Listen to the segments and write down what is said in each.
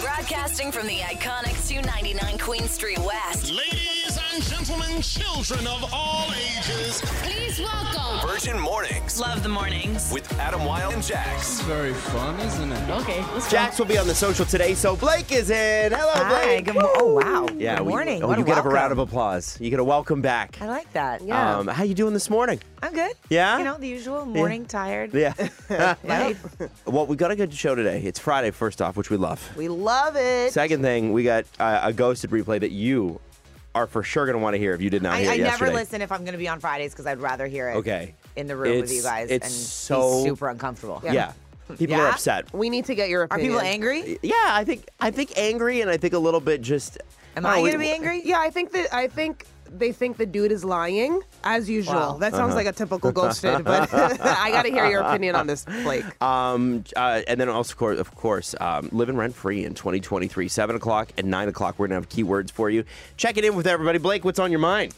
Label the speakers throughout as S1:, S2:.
S1: Broadcasting from the iconic 299 Queen Street West.
S2: Ladies and gentlemen, children of all ages,
S3: Please welcome
S4: Virgin Mornings
S1: Love the mornings.
S4: with Adam Wilde and Jax.
S5: very fun, isn't it?
S6: Okay, let's go.
S7: Jax will be on the social today, so Blake is in. Hello,
S8: Hi.
S7: Blake.
S8: Good mo- oh wow.
S7: yeah,
S8: Good
S7: we-
S8: morning.
S7: oh,
S8: What
S7: you
S8: a
S7: get a
S8: welcome.
S7: round of applause. You get a welcome back.
S8: I like that.
S6: Yeah.
S7: Um, how you doing this morning?
S8: I'm good.
S7: Yeah?
S8: You know the usual morning tired.
S7: Yeah.
S8: Life.
S7: well, we got a good show today. It's Friday, first off, which we love.
S8: We love it.
S7: Second thing, we got uh, a ghosted replay that you are for sure going to want to hear if you did not
S8: I,
S7: hear
S8: I
S7: it
S8: never
S7: yesterday.
S8: listen if I'm going to be on Fridays because I'd rather hear it.
S7: Okay.
S8: In the room with
S7: It's-
S8: you guys.
S7: it's
S8: and
S7: so-
S8: be super uncomfortable.
S7: Yeah. People are
S8: Yeah?
S7: upset.
S6: We need to get your
S8: Are
S6: opinion.
S8: people angry?
S7: Yeah, I think I think angry and I think a little bit just
S8: Am
S7: oh,
S8: I
S7: we-
S8: going to be angry?
S6: Yeah, I think that I think they think the dude is lying as usual.
S8: Wow.
S6: That sounds
S7: Uh-huh.
S6: like a typical ghosted, but I got to hear your opinion on this, Blake.
S7: Um, uh, and then also, of course, of course um, living rent free in 2023, 7 o'clock and 9 o'clock. We're going to have keywords for you. Check it in with everybody. Blake, what's on your mind?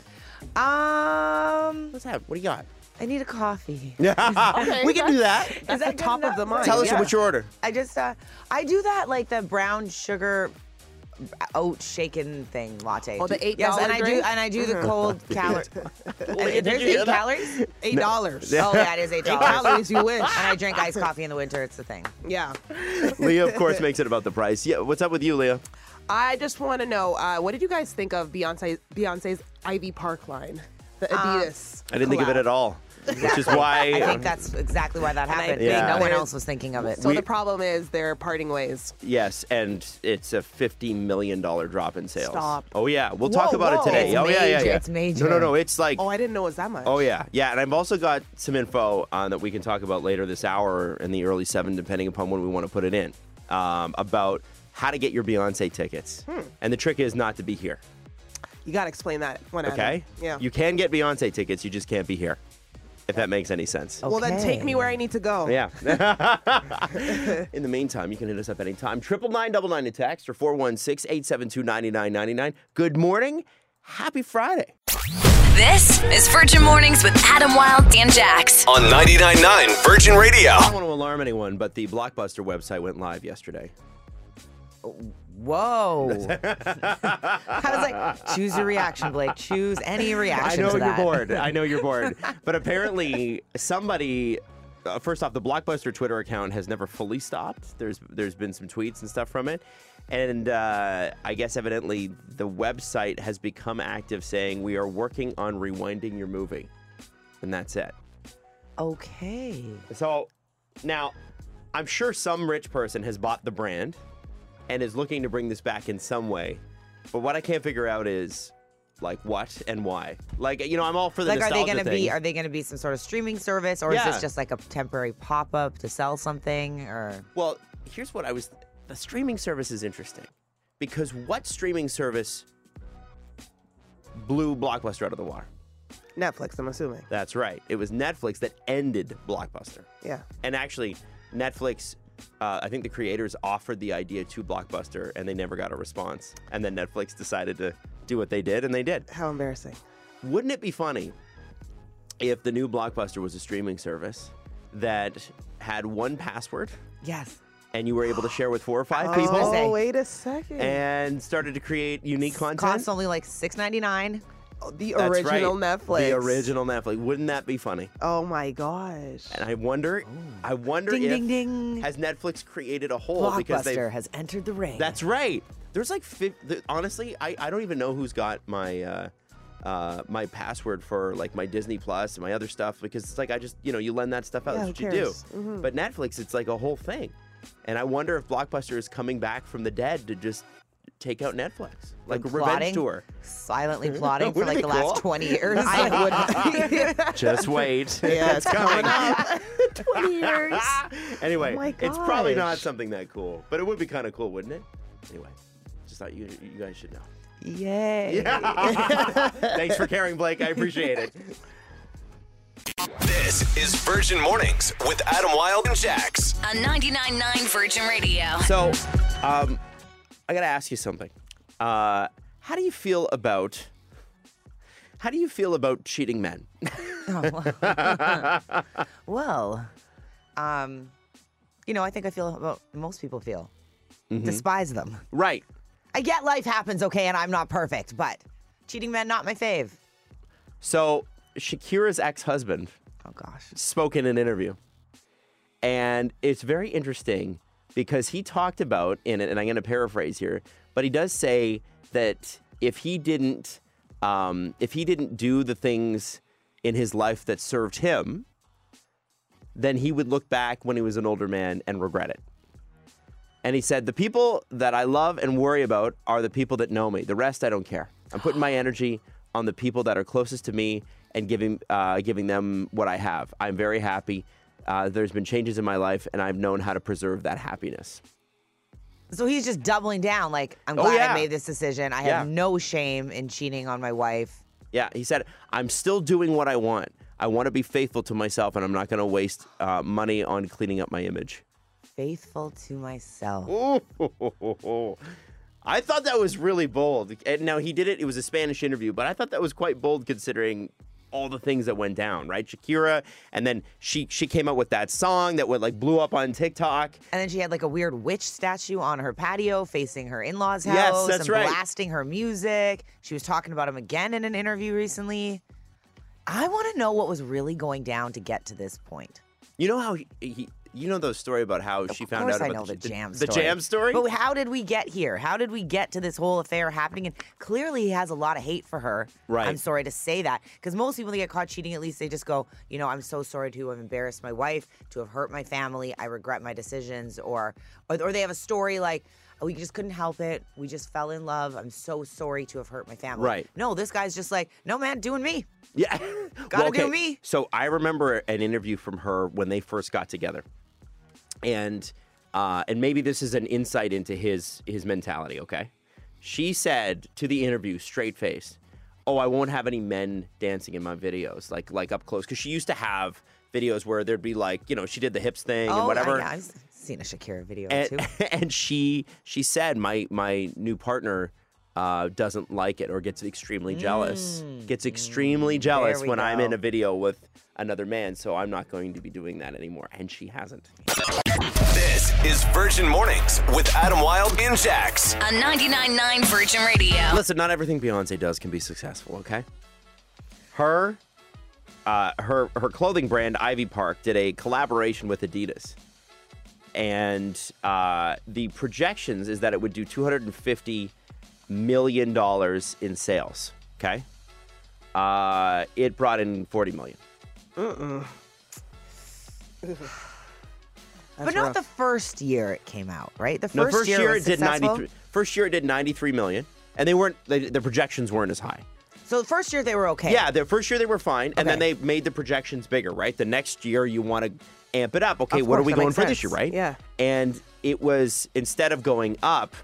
S8: Um,
S7: What's that? What do you got?
S8: I need a coffee.
S7: we can do that.
S8: Is that
S6: the top
S8: good
S6: of the
S8: enough?
S6: mind.
S7: Tell us
S6: Yeah.
S7: what your order.
S8: I just uh, I do that like the brown sugar uh, oat shaken thing latte.
S6: Oh, the $8
S8: Yes, and I do
S6: drink?
S8: and I do the cold calories. There's
S7: you hear
S8: eight
S7: that?
S8: calories.
S6: Eight dollars.
S8: Oh yeah, it is eight
S6: Eight
S8: dollars.
S6: calories, you wish.
S8: And I drink iced coffee in the winter. It's the thing.
S6: Yeah.
S7: Leah, of course, makes it about the price. Yeah, what's up with you, Leah?
S6: I just want to know uh, what did you guys think of Beyonce Beyonce's Ivy Park line, the
S8: Um,
S6: Adidas.
S7: I didn't think of it
S6: collab?
S7: at all, which is why.
S8: I think that's exactly why that happened.
S7: think Yeah.
S8: No one
S6: there's-
S8: else was thinking of it.
S6: So the problem is they're parting ways.
S7: Yes, and it's a fifty million dollar drop in sales.
S6: Stop.
S7: Oh yeah, we'll talk
S6: Whoa,
S7: about
S6: whoa.
S7: it today.
S8: It's
S7: oh yeah, yeah,
S8: major,
S7: yeah.
S8: it's major.
S7: No, no, no. It's like
S6: Oh, I didn't know it was that much.
S7: Oh yeah, yeah, and I've also got some info on that we can talk about later this hour in the early seven, depending upon when we want to put it in, um, about how to get your Beyonce tickets.
S6: Hmm.
S7: And the trick is not to be here.
S6: You got to explain that one. Adam.
S7: Okay.
S6: Yeah.
S7: You can get Beyonce tickets, you just can't be here. If that makes any sense.
S6: Well, then take me where I need to go.
S7: Yeah. in the meantime, you can hit us up anytime. Triple nine double nine to text or 416-872-9999. Good morning. Happy Friday.
S1: This is Virgin Mornings with Adam Wilde and Jax.
S4: On 99.9 Virgin Radio.
S7: I don't want to alarm anyone, but the Blockbuster website went live yesterday.
S8: Whoa. I was like, choose your reaction, Blake. Choose any
S7: I
S8: reaction.
S7: know
S8: to
S7: you're
S8: that.
S7: bored. I know you're bored. But apparently, somebody. Uh, first off, the Blockbuster Twitter account has never fully stopped. There's there's been some tweets and stuff from it, and uh, I guess evidently the website has become active, saying we are working on rewinding your movie, and that's it.
S8: Okay.
S7: So now, I'm sure some rich person has bought the brand and is looking to bring this back in some way. But what I can't figure out is like what and why. Like you know, I'm all for the
S8: Like, are they
S7: nostalgia
S8: gonna be?
S7: thing.
S8: Are they gonna be some sort of streaming service, or is
S7: Yeah.
S8: this just like a temporary pop up to sell something? Or
S7: well, here's what I was. The streaming service is interesting because what streaming service blew Blockbuster out of the water?
S6: Netflix, I'm assuming.
S7: That's right. It was Netflix that ended Blockbuster.
S6: Yeah.
S7: And actually, Netflix, uh, I think the creators offered the idea to Blockbuster and they never got a response. And then Netflix decided to do what they did and they did.
S6: How embarrassing.
S7: Wouldn't it be funny if the new Blockbuster was a streaming service that had one password
S8: yes.
S7: and you were able to share with four or five
S8: was gonna
S7: people?
S8: say.
S6: Oh, wait a second.
S7: And started to create unique content.
S8: Costs only like six ninety nine.
S6: Oh, the
S7: That's
S6: original
S7: right.
S6: Netflix.
S7: The original Netflix. Wouldn't that be funny?
S6: Oh my gosh.
S7: And I wonder, I wonder
S8: Ding
S7: if
S8: ding ding.
S7: has Netflix created a hole because they
S8: Blockbuster has entered the ring.
S7: That's right. There's like fif- th- honestly, I, I don't even know who's got my uh, uh, my password for like my Disney Plus and my other stuff because it's like I just you know you lend that stuff out.
S6: Yeah,
S7: That's
S6: who
S7: what you do.
S6: cares? Mhm.
S7: But Netflix, it's like a whole thing, and I wonder if Blockbuster is coming back from the dead to just take out Netflix like a revenge
S8: plotting?
S7: tour.
S8: silently plotting for
S7: Wouldn't
S8: like
S7: it
S8: the
S7: be
S8: last
S7: cool?
S8: 20 years.
S6: I would.
S7: Just wait.
S6: yeah, it's
S7: coming.
S6: coming up. 20 years.
S7: anyway,
S6: Oh my
S7: it's probably not
S6: gosh.
S7: something that cool, but it would be kind of cool, wouldn't it? Anyway, just thought you you guys should know.
S8: Yay.
S7: Thanks for caring, Blake. I appreciate it.
S4: This is Virgin Mornings with Adam Wilde and Jax.
S1: On 99.9 Virgin Radio.
S7: So, um, I gotta ask you something. Uh, how do you feel about how do you feel about cheating men?
S8: Well, um, you know, I think I feel about most people feel.
S7: Mm-hmm.
S8: Despise them.
S7: Right.
S8: I get life happens, okay, and I'm not perfect, but cheating men not my fave.
S7: So Shakira's ex-husband
S8: Oh gosh.
S7: spoke in an interview, and it's very interesting because he talked about in it, and I'm going to paraphrase here, but he does say that if he didn't, um, if he didn't do the things in his life that served him, then he would look back when he was an older man and regret it. And he said, The people that I love and worry about are the people that know me. The rest, I don't care. I'm putting my energy on the people that are closest to me and giving, uh, giving them what I have. I'm very happy. Uh, there's been changes in my life, and I've known how to preserve that happiness.
S8: So he's just doubling down. Like, I'm
S7: Oh,
S8: glad
S7: yeah.
S8: I made this decision. I have
S7: Yeah.
S8: no shame in cheating on my wife.
S7: Yeah, he said, I'm still doing what I want. I want to be faithful to myself, and I'm not going to waste uh, money on cleaning up my image.
S8: Faithful to myself.
S7: I thought that was really bold. And now he did it, it was a Spanish interview, but I thought that was quite bold considering all the things that went down, right? Shakira, and then she she came out with that song that went like blew up on TikTok.
S8: And then she had like a weird witch statue on her patio facing her in law's house
S7: Yes, that's
S8: and
S7: right.
S8: blasting her music. She was talking about him again in an interview recently. I want to know what was really going down to get to this point.
S7: You know how he, he you know the story about how she
S8: of
S7: found
S8: course
S7: out
S8: I
S7: about
S8: know the, jam
S7: the,
S8: story.
S7: jam story?
S8: But how did we get here? How did we get to this whole affair happening? And clearly he has a lot of hate for her.
S7: Right.
S8: I'm sorry to say that. Because most people that get caught cheating, at least they just go, you know, I'm so sorry to have embarrassed my wife, to have hurt my family, I regret my decisions, or or, or they have a story like "Oh, we just couldn't help it. We just fell in love. I'm so sorry to have hurt my family.
S7: Right.
S8: No, this guy's just like, no, man, doing me.
S7: Yeah.
S8: Gotta do me.
S7: So I remember an interview from her when they first got together. And uh, and maybe this is an insight into his his mentality, okay? She said to the interview, straight face, Oh, I won't have any men dancing in my videos, like like up close. Cause she used to have videos where there'd be like, you know, she did the hips thing
S8: oh,
S7: and whatever.
S8: I, I've seen a Shakira video too.
S7: and, and she she said my my new partner uh, doesn't like it or gets extremely jealous gets extremely jealous
S8: Mm. we
S7: when i'm in
S8: go.
S7: a video with another man so i'm not going to be doing that anymore and she hasn't
S4: This is Virgin Mornings with Adam Wilde and Jax.
S1: On 99.9 Virgin Radio.
S7: listen not everything beyonce does can be successful okay her uh, her her clothing brand ivy park did a collaboration with adidas and uh, the projections is that it would do 250 million dollars in sales. Okay, uh, it brought in 40 million.
S8: but not the first year it came out, right? The first,
S7: No, first, year,
S8: was
S7: it did
S8: successful?
S7: 93. First year it did 93 million, and they weren't they, the projections weren't as high.
S8: So the first year they were okay.
S7: Yeah, the first year they were fine, and then
S8: Okay.
S7: they made the projections bigger. Right, the next year you want to amp it up. Okay,
S8: Of
S7: what are
S8: course,
S7: we
S8: that
S7: going
S8: makes
S7: for this
S8: sense.
S7: year? Right?
S6: Yeah.
S7: and it was instead of going up.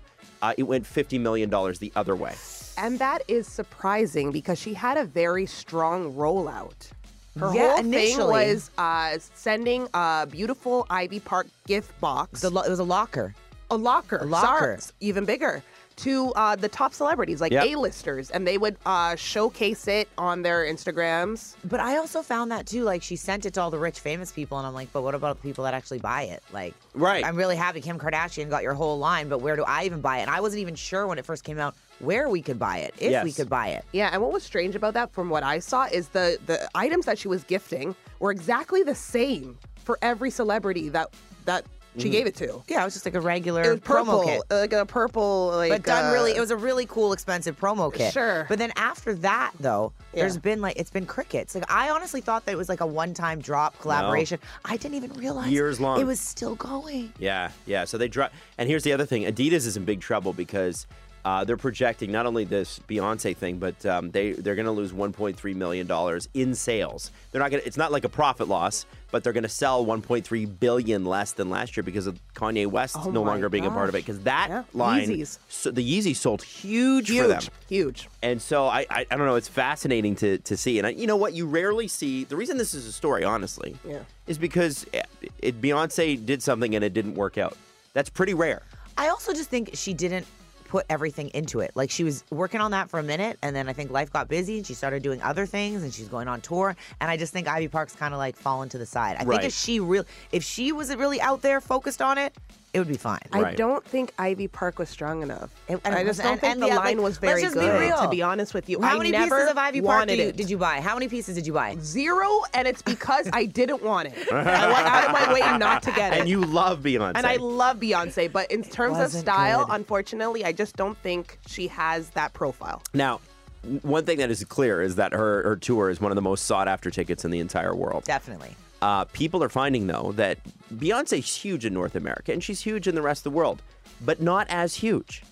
S7: Uh, it went fifty million dollars the other way.
S6: And that is surprising because she had a very strong rollout. Her
S8: Yeah,
S6: whole
S8: initially.
S6: thing was uh, sending a beautiful Ivy Park gift box,
S8: The lo- it was a locker.
S6: a locker, a
S8: locker.
S6: even bigger, to uh, the top celebrities like
S7: Yep.
S6: A-listers, and they would uh, showcase it on their Instagrams.
S8: But I also found that too. Like she sent it to all the rich, famous people, and I'm like, but what about the people that actually buy it? Like,
S7: Right.
S8: I'm really happy Kim Kardashian got your whole line, but where do I even buy it? And I wasn't even sure when it first came out where we could buy it, if we
S7: Yes.
S8: could buy it.
S6: Yeah, and what was strange about that, from what I saw, is the the items that she was gifting were exactly the same for every celebrity that that she gave it to.
S8: Yeah, it was just like a regular
S6: It was
S8: promo
S6: purple,
S8: kit.
S6: like a purple, like
S8: but done
S6: uh,
S8: really it was a really cool expensive promo kit
S6: Sure.
S8: but then after that though there's
S6: Yeah.
S8: been like it's been crickets like i honestly thought that it was like a one-time drop collaboration i didn't even realize
S7: Years long.
S8: it was still going
S7: Yeah, yeah. So they drop. And here's the other thing: Adidas is in big trouble because uh, they're projecting not only this Beyonce thing, but um, they they're going to lose 1.3 million dollars in sales. They're not going. to It's not like a profit loss, but they're going to sell 1.3 billion less than last year because of Kanye West no
S6: Oh my
S7: longer being a part of it.
S6: gosh.
S7: Because that
S6: Yeah.
S7: line,
S6: Yeezys.
S7: So the Yeezy sold huge, for them.
S6: uh, huge, huge.
S7: And so I, I, I don't know. It's fascinating to to see. And I, you know what? You rarely see. The reason this is a story, honestly,
S6: Yeah.
S7: is because it, it, Beyonce did something and it didn't work out. That's pretty rare.
S8: i also just think she didn't put everything into it. Like she was working on that for a minute, and then I think life got busy, and she started doing other things, and she's going on tour. And I just think Ivy Park's kind of like fallen to the side. I think
S7: Right.
S8: if she real, if she was really out there focused on it, it would be fine.
S6: I
S7: Right.
S6: don't think Ivy Park was strong enough.
S8: And- and-
S6: I just don't
S8: and-
S6: think
S8: and
S6: the
S8: the- like,
S6: line was
S8: let's
S6: very
S8: just be
S6: good.
S8: real.
S6: To be honest with you,
S8: How
S6: I
S8: many
S6: never
S8: pieces of Ivy Park
S6: wanted
S8: did you,
S6: it.
S8: did you buy? How many pieces did you buy?
S6: Zero, and it's because I didn't want it. I went out of my way not to get it.
S7: And you love Beyonce.
S6: And I love Beyonce, but in terms of
S8: wasn't
S6: style,
S8: good.
S6: unfortunately, I just don't think she has that profile.
S7: now, w- one thing that is clear is that her her tour is one of the most sought after tickets in the entire world.
S8: Definitely.
S7: Uh, people are finding though that Beyonce's huge in North America and she's huge in the rest of the world, but not as huge.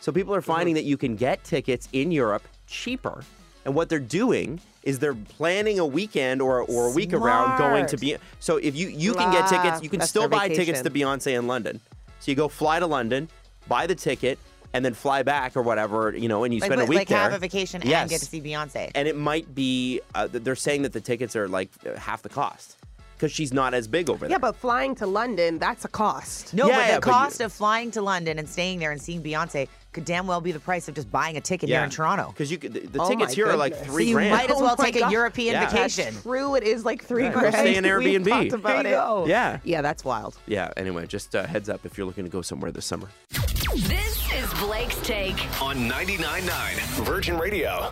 S7: So people are finding
S8: Mm-hmm.
S7: that you can get tickets in Europe cheaper. And what they're doing is they're planning a weekend or, or a week around going to be. So if you you can get
S6: Ah,
S7: tickets, you can
S6: that's
S7: still
S6: their
S7: buy tickets to
S6: vacation.
S7: Beyonce in London. So you go fly to London, buy the ticket, and then fly back or whatever you know, and you
S8: Like,
S7: spend a
S8: like-
S7: week
S8: like
S7: there.
S8: have a vacation and get to see Beyonce.
S7: And it might be uh, th- they're saying that the tickets are like uh, half the cost because she's not as big over there.
S6: Yeah, but flying to London, that's a cost.
S8: No,
S7: Yeah,
S8: but the
S7: yeah, but you-
S8: cost of flying to London and staying there and seeing Beyonce could damn well be the price of just buying a ticket here in Toronto.
S7: because you could, the, the
S6: Oh
S7: tickets
S6: my
S7: here are like
S6: goodness.
S7: three
S8: So you
S7: grand.
S8: might as well
S6: Oh my
S8: take a
S6: God.
S8: European
S7: Yeah. That's
S8: vacation.
S6: True, it is like three
S7: Go
S6: grand.
S7: stay in
S6: We've
S7: Airbnb.
S6: talked about
S8: There you
S6: it.
S8: go.
S7: Yeah.
S6: Yeah, that's wild.
S7: Yeah. Anyway, just a heads up if you're looking to go somewhere this summer.
S1: This is Blake's Take.
S4: on 99.9 Virgin Radio.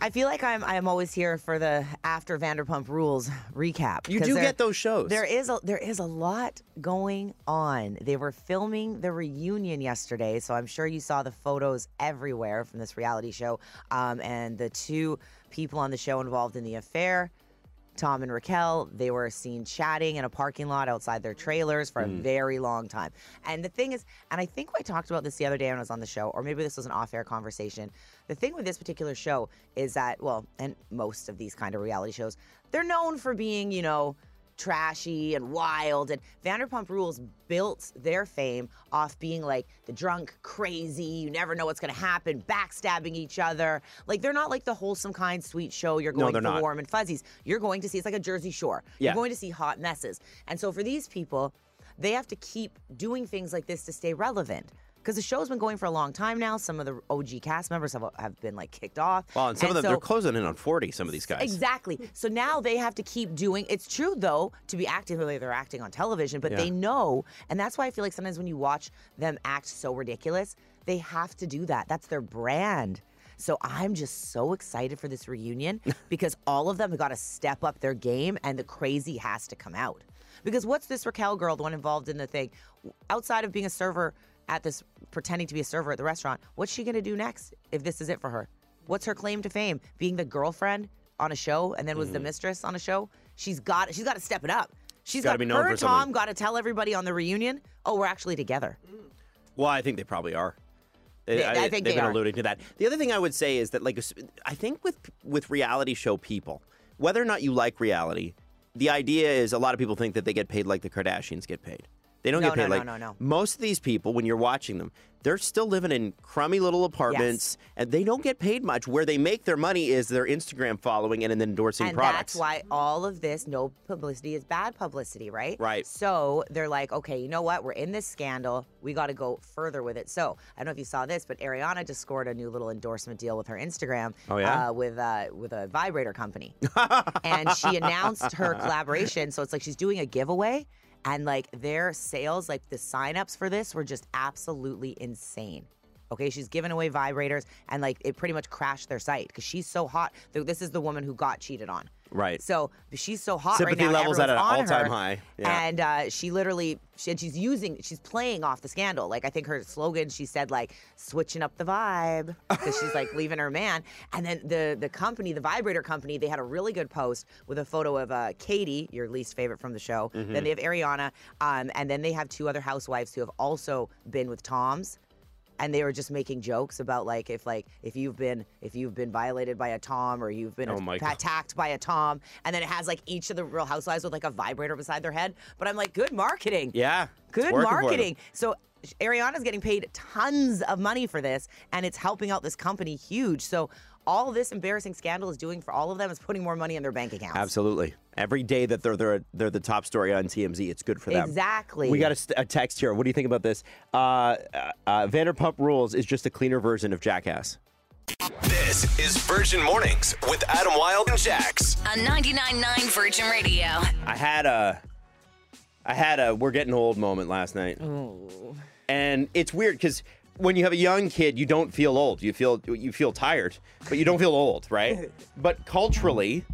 S8: I feel like I'm I'm always here for the after Vanderpump Rules recap.
S7: You
S8: 'cause
S7: do
S8: there-
S7: get those shows.
S8: There is a there is a lot going on. They were filming the reunion yesterday, so I'm sure you saw the photos everywhere from this reality show. Um, and the two people on the show involved in the affair, Tom and Raquel, they were seen chatting in a parking lot outside their trailers for
S7: Mm.
S8: a very long time. And the thing is, and I think I talked about this the other day when I was on the show, or maybe this was an off air conversation. The thing with this particular show is that, well, and most of these kind of reality shows, they're known for being, you know, trashy and wild. And Vanderpump Rules built their fame off being like the drunk, crazy, you never know what's going to happen, backstabbing each other. Like they're not like the wholesome kind, sweet show you're going
S7: they're
S8: for
S7: not.
S8: warm and fuzzies. You're going to see it's like a Jersey Shore.
S7: Yeah.
S8: You're going to see hot messes. And so for these people, they have to keep doing things like this to stay relevant. Because the show's been going for a long time now. Some of the OG cast members have, have been like kicked off.
S7: Well, and some of them
S8: so-
S7: they're closing in on forty. Some of these guys.
S8: Exactly. So now they have to keep doing. It's true though to be acting the way they're acting on television, but they know, and that's why I feel like sometimes when you watch them act so ridiculous, they have to do that. That's their brand. So I'm just so excited for this reunion because all of them have got to step up their game, and the crazy has to come out. Because what's this Raquel girl, the one involved in the thing, outside of being a server at this, pretending to be a server at the restaurant, what's she gonna do next if this is it for her? What's her claim to fame? Being the girlfriend on a show and then was
S7: Mm-hmm.
S8: the mistress on a show? She's got she's got to step it up. she's
S7: gotta
S8: got
S7: be known
S8: her
S7: for
S8: and
S7: something.
S8: Tom got to tell everybody on the reunion, "Oh, we're actually together."
S7: Well, I think they probably are.
S8: They- I think
S7: they've
S8: they
S7: been
S8: are.
S7: alluding to that. The other thing I would say is that, like, I think with with reality show people, whether or not you like reality, the idea is a lot of people think that they get paid like the Kardashians get paid. They don't
S8: No,
S7: get paid
S8: no, no,
S7: like
S8: no, no.
S7: most of these people. When you're watching them, they're still living in crummy little apartments, and they don't get paid much. Where they make their money is their Instagram following and, then endorsing
S8: and
S7: products.
S8: that's why all of this no publicity is bad publicity right
S7: Right.
S8: so they're like okay you know what we're in this scandal we got to go further with it so i don't know if you saw this but ariana just scored a new little endorsement deal with her instagram
S7: Oh, yeah?
S8: uh, with uh, with a vibrator company and she announced her collaboration so it's like she's doing a giveaway and like their sales like the signups for this were just absolutely insane Okay, she's giving away vibrators and like it pretty much crashed their site because she's so hot. Th- This is the woman who got cheated on.
S7: Right.
S8: So she's so hot
S7: Sympathy
S8: right now.
S7: levels at
S8: everyone's
S7: an
S8: on
S7: all-time
S8: her,
S7: high. Yeah.
S8: And uh, she literally, she, and she's using, she's playing off the scandal. Like I think her slogan, she said like switching up the vibe because she's like leaving her man. And then the the company, the vibrator company, they had a really good post with a photo of uh, Katie, your least favorite from the show.
S7: Mm-hmm.
S8: Then they have Ariana, um, and then they have two other housewives who have also been with Tom's and they were just making jokes about like if like if you've been if you've been violated by a tom or you've been
S7: Oh my God.
S8: attacked by a tom and then it has like each of the real housewives with like a vibrator beside their head but i'm like good marketing
S7: yeah, it's
S8: good
S7: working for them.
S8: marketing so ariana's getting paid tons of money for this and it's helping out this company huge so all this embarrassing scandal is doing for all of them is putting more money in their bank accounts.
S7: Absolutely. Every day that they're they're, they're the top story on TMZ, it's good for them.
S8: Exactly.
S7: We got a, st- a text here. What do you think about this? Uh, uh, uh, Vanderpump Rules is just a cleaner version of Jackass.
S4: This is Virgin Mornings with Adam Wilde and Jax.
S1: On 99.9 Virgin Radio.
S7: I had a I had a we're getting old moment last night. And it's weird cuz when you have a young kid, you don't feel old. You feel you feel tired, but you don't feel old, right? but culturally,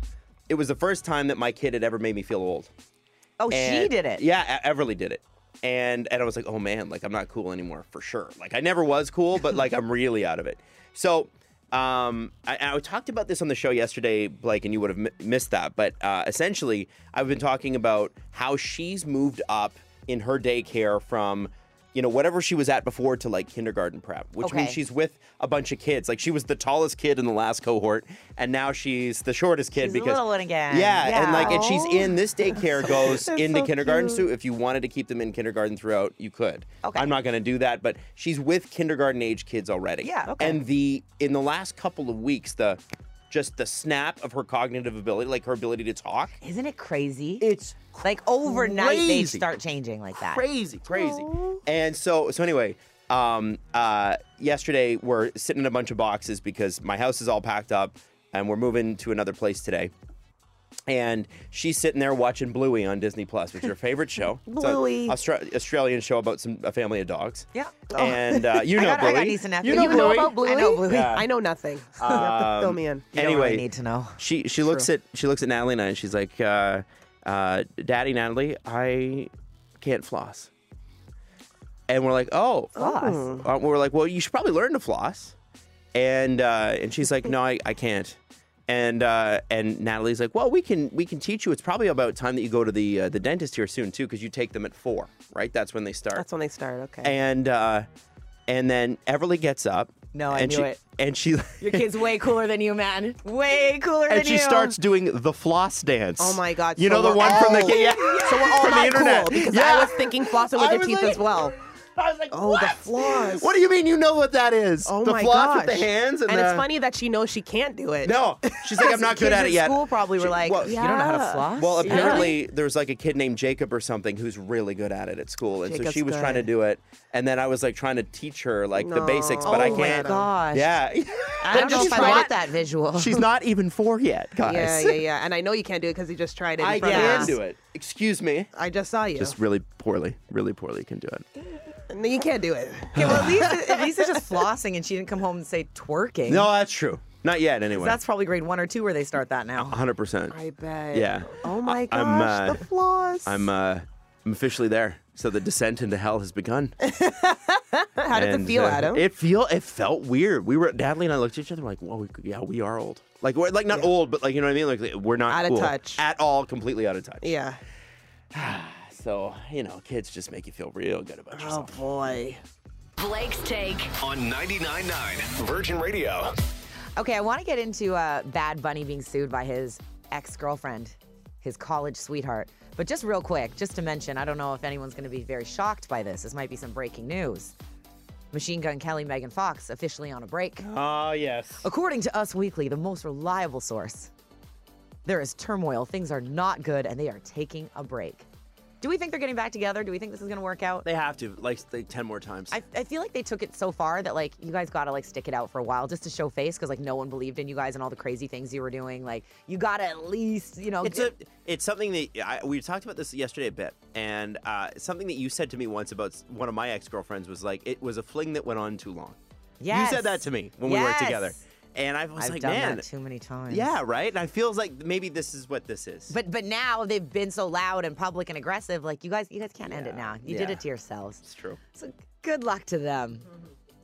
S7: it was the first time that my kid had ever made me feel old.
S8: oh, she
S7: And-
S8: did it.
S7: Yeah, E- Everly did it. And and I was like, oh man, like I'm not cool anymore for sure. Like I never was cool, but like I'm really out of it. So um, I, I talked about this on the show yesterday, Blake, and you would have mi- missed that. But uh, essentially, I've been talking about how she's moved up in her daycare from, you know, whatever she was at before to like kindergarten prep, which means
S8: Okay.
S7: she's with a bunch of kids. Like she was the tallest kid in the last cohort, and now she's the shortest kid
S8: She's a
S7: because
S8: little one again.
S7: Yeah, and
S8: Yeah.
S7: like and she's in this daycare goes into kindergarten. So if you wanted to keep them in kindergarten throughout, you could.
S8: Okay.
S7: I'm not going to do that, but she's with kindergarten age kids already.
S8: Yeah, okay.
S7: And the in the last couple of weeks, the just the snap of her cognitive ability, like her ability to talk,
S8: Isn't it crazy?
S7: it's
S8: like overnight they
S7: crazy.
S8: start changing like that.
S7: crazy, crazy. And so, so anyway, um, uh, yesterday we're sitting in a bunch of boxes because my house is all packed up, and we're moving to another place today. And she's sitting there watching Bluey on Disney Plus, which is her favorite show. It's an
S8: Bluey.
S7: Austra- Australian show about some a family of dogs.
S8: Yeah. Oh.
S7: and uh, you
S8: I
S7: know
S8: got- I
S7: Bluey.
S8: got niece and
S7: you
S8: nephew.
S7: know
S6: You know
S7: Bluey.
S6: about Bluey?
S8: I know Bluey.
S7: Yeah. Um,
S6: I know nothing. You have to fill me in.
S8: You don't really
S7: anyway,
S8: need to know.
S7: she she looks at she looks at Natalie and I, and she's like, uh, uh, "Daddy, Natalie, I can't floss." And we're like, "Oh,
S8: Floss?
S7: Uh, we're like, "Well, you should probably learn to floss." And uh, and she's like, "No, I, I can't." And uh, and Natalie's like, "Well, we can we can teach you. It's probably about time that you go to the uh, the dentist here soon too, because you take them at four, right? That's when they start."
S6: That's when they start. Okay.
S7: and uh, and then Everly gets up.
S8: No, I
S7: and
S8: knew
S7: she,
S8: it.
S7: And she
S8: Your kid's way cooler than you, man. Way cooler than
S7: and
S8: you.
S7: she starts doing the floss dance.
S6: Oh my God,
S7: You
S6: so Oh.
S7: know the
S6: we're
S7: one from the
S6: all-
S7: yeah,
S6: so we're all
S7: from the
S6: not
S7: internet.
S6: cool because
S7: yeah.
S6: I was thinking flossing with
S7: I
S6: your
S7: was
S6: teeth
S7: like-
S6: as well.
S7: I was like,
S6: Oh,
S7: what?
S6: the floss.
S7: What do you mean you know what that is?
S6: Oh
S7: the
S6: my
S7: floss
S6: gosh.
S7: with the hands and, the-
S6: it's funny that she knows she can't do it.
S7: No, she's like, I'm not good
S8: kids
S7: at
S8: in
S7: it yet.
S8: school probably were like,
S7: well,
S8: "You don't know how to
S6: Yeah.
S8: floss."
S7: Well,
S8: Yeah.
S7: apparently there's like a kid named Jacob or something who's really good at it at school, and so
S6: Jacob's
S7: she was trying to
S6: good.
S7: do it, and then I was like trying to teach her like the basics, but
S8: oh
S7: I
S8: my
S7: can't.
S8: gosh.
S7: Yeah,
S8: I don't
S6: I'm
S8: know
S6: just
S8: if I
S6: trying-
S8: like that visual.
S7: she's not even four yet, guys.
S6: Yeah, yeah, yeah. And I know you can't do it because you just tried it. In
S7: I
S6: front of
S7: can
S6: us.
S7: do it. Excuse me.
S6: I just saw you.
S7: Just really poorly, really poorly can do it.
S6: No, you can't do it.
S8: Okay, well, at least, at least it's just flossing and she didn't come home and say twerking.
S7: No, that's true. Not yet, anyway.
S8: That's probably grade one or two where they start that now.
S7: 100%.
S6: I bet.
S7: Yeah.
S6: Oh my gosh,
S7: I'm, uh,
S6: the flaws.
S7: I'm, uh, I'm officially there. So the descent into hell has begun.
S6: How does it
S7: And,
S6: feel,
S7: uh,
S6: Adam?
S7: It feel it felt weird. We were Natalie and I looked at each other like, "Whoa, we, yeah, we are old." Like we're like not old, but like you know what I mean. Like we're not
S6: Out of
S7: cool
S6: touch.
S7: at all, completely out of touch.
S6: yeah.
S7: So you know, kids just make you feel real good about yourself.
S6: boy.
S1: Blake's Take.
S4: On 99.9 Virgin Radio.
S8: Okay, I want to get into uh, Bad Bunny being sued by his ex girlfriend, his college sweetheart. But just real quick, just to mention, I don't know if anyone's going to be very shocked by this. This might be some breaking news. Machine Gun Kelly, Megan Fox, officially on a break.
S7: Oh yes.
S8: According to Us Weekly, the most reliable source, there is turmoil. Things are not good, and they are taking a break. Do we think they're getting back together? Do we think this is going to work out?
S7: They have to like, like ten more times.
S8: I, I feel like they took it so far that like you guys gotta like stick it out for a while just to show face because like no one believed in you guys and all the crazy things you were doing. Like you gotta at least you know.
S7: It's
S8: get-
S7: a, it's something that I, we talked about this yesterday a bit, and uh, something that you said to me once about s- one of my ex girlfriends was like, it was a fling that went on too long. You
S8: Yes.
S7: said that to me when we were
S8: Yes.
S7: together, and I was
S8: I've
S7: like,
S8: done
S7: man,
S8: that too many times.
S7: yeah, right. And I feels like maybe this is what this is.
S8: But but now they've been so loud and public and aggressive. Like you guys you guys can't end it
S7: Yeah.
S8: now. You did
S7: Yeah.
S8: it to yourselves.
S7: it's true.
S8: So good luck to them.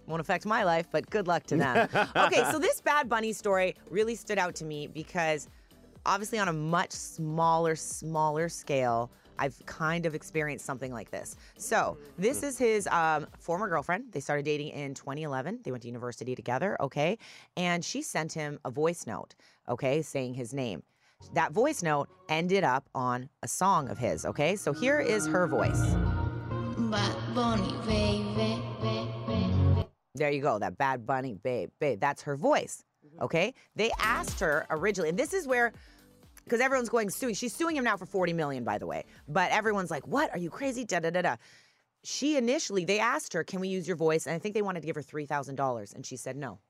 S8: Won't affect my life, but good luck to them. okay, so this Bad Bunny story really stood out to me because obviously, on a much smaller, smaller scale, I've kind of experienced something like this. So, this is his um, former girlfriend. They started dating in 2011. They went to university together, okay? And she sent him a voice note, okay, saying his name. That voice note ended up on a song of his, okay? So, here is her voice.
S3: Bad Bunny, baby.
S8: There you go. That bad bunny, babe, babe. That's her voice. Okay. They asked her originally, and this is where because everyone's going suing. She's suing him now for 40 million, by the way. But everyone's like, what? Are you crazy? Da da da da. She initially, they asked her, can we use your voice? And I think they wanted to give her $3,000. And she said, no,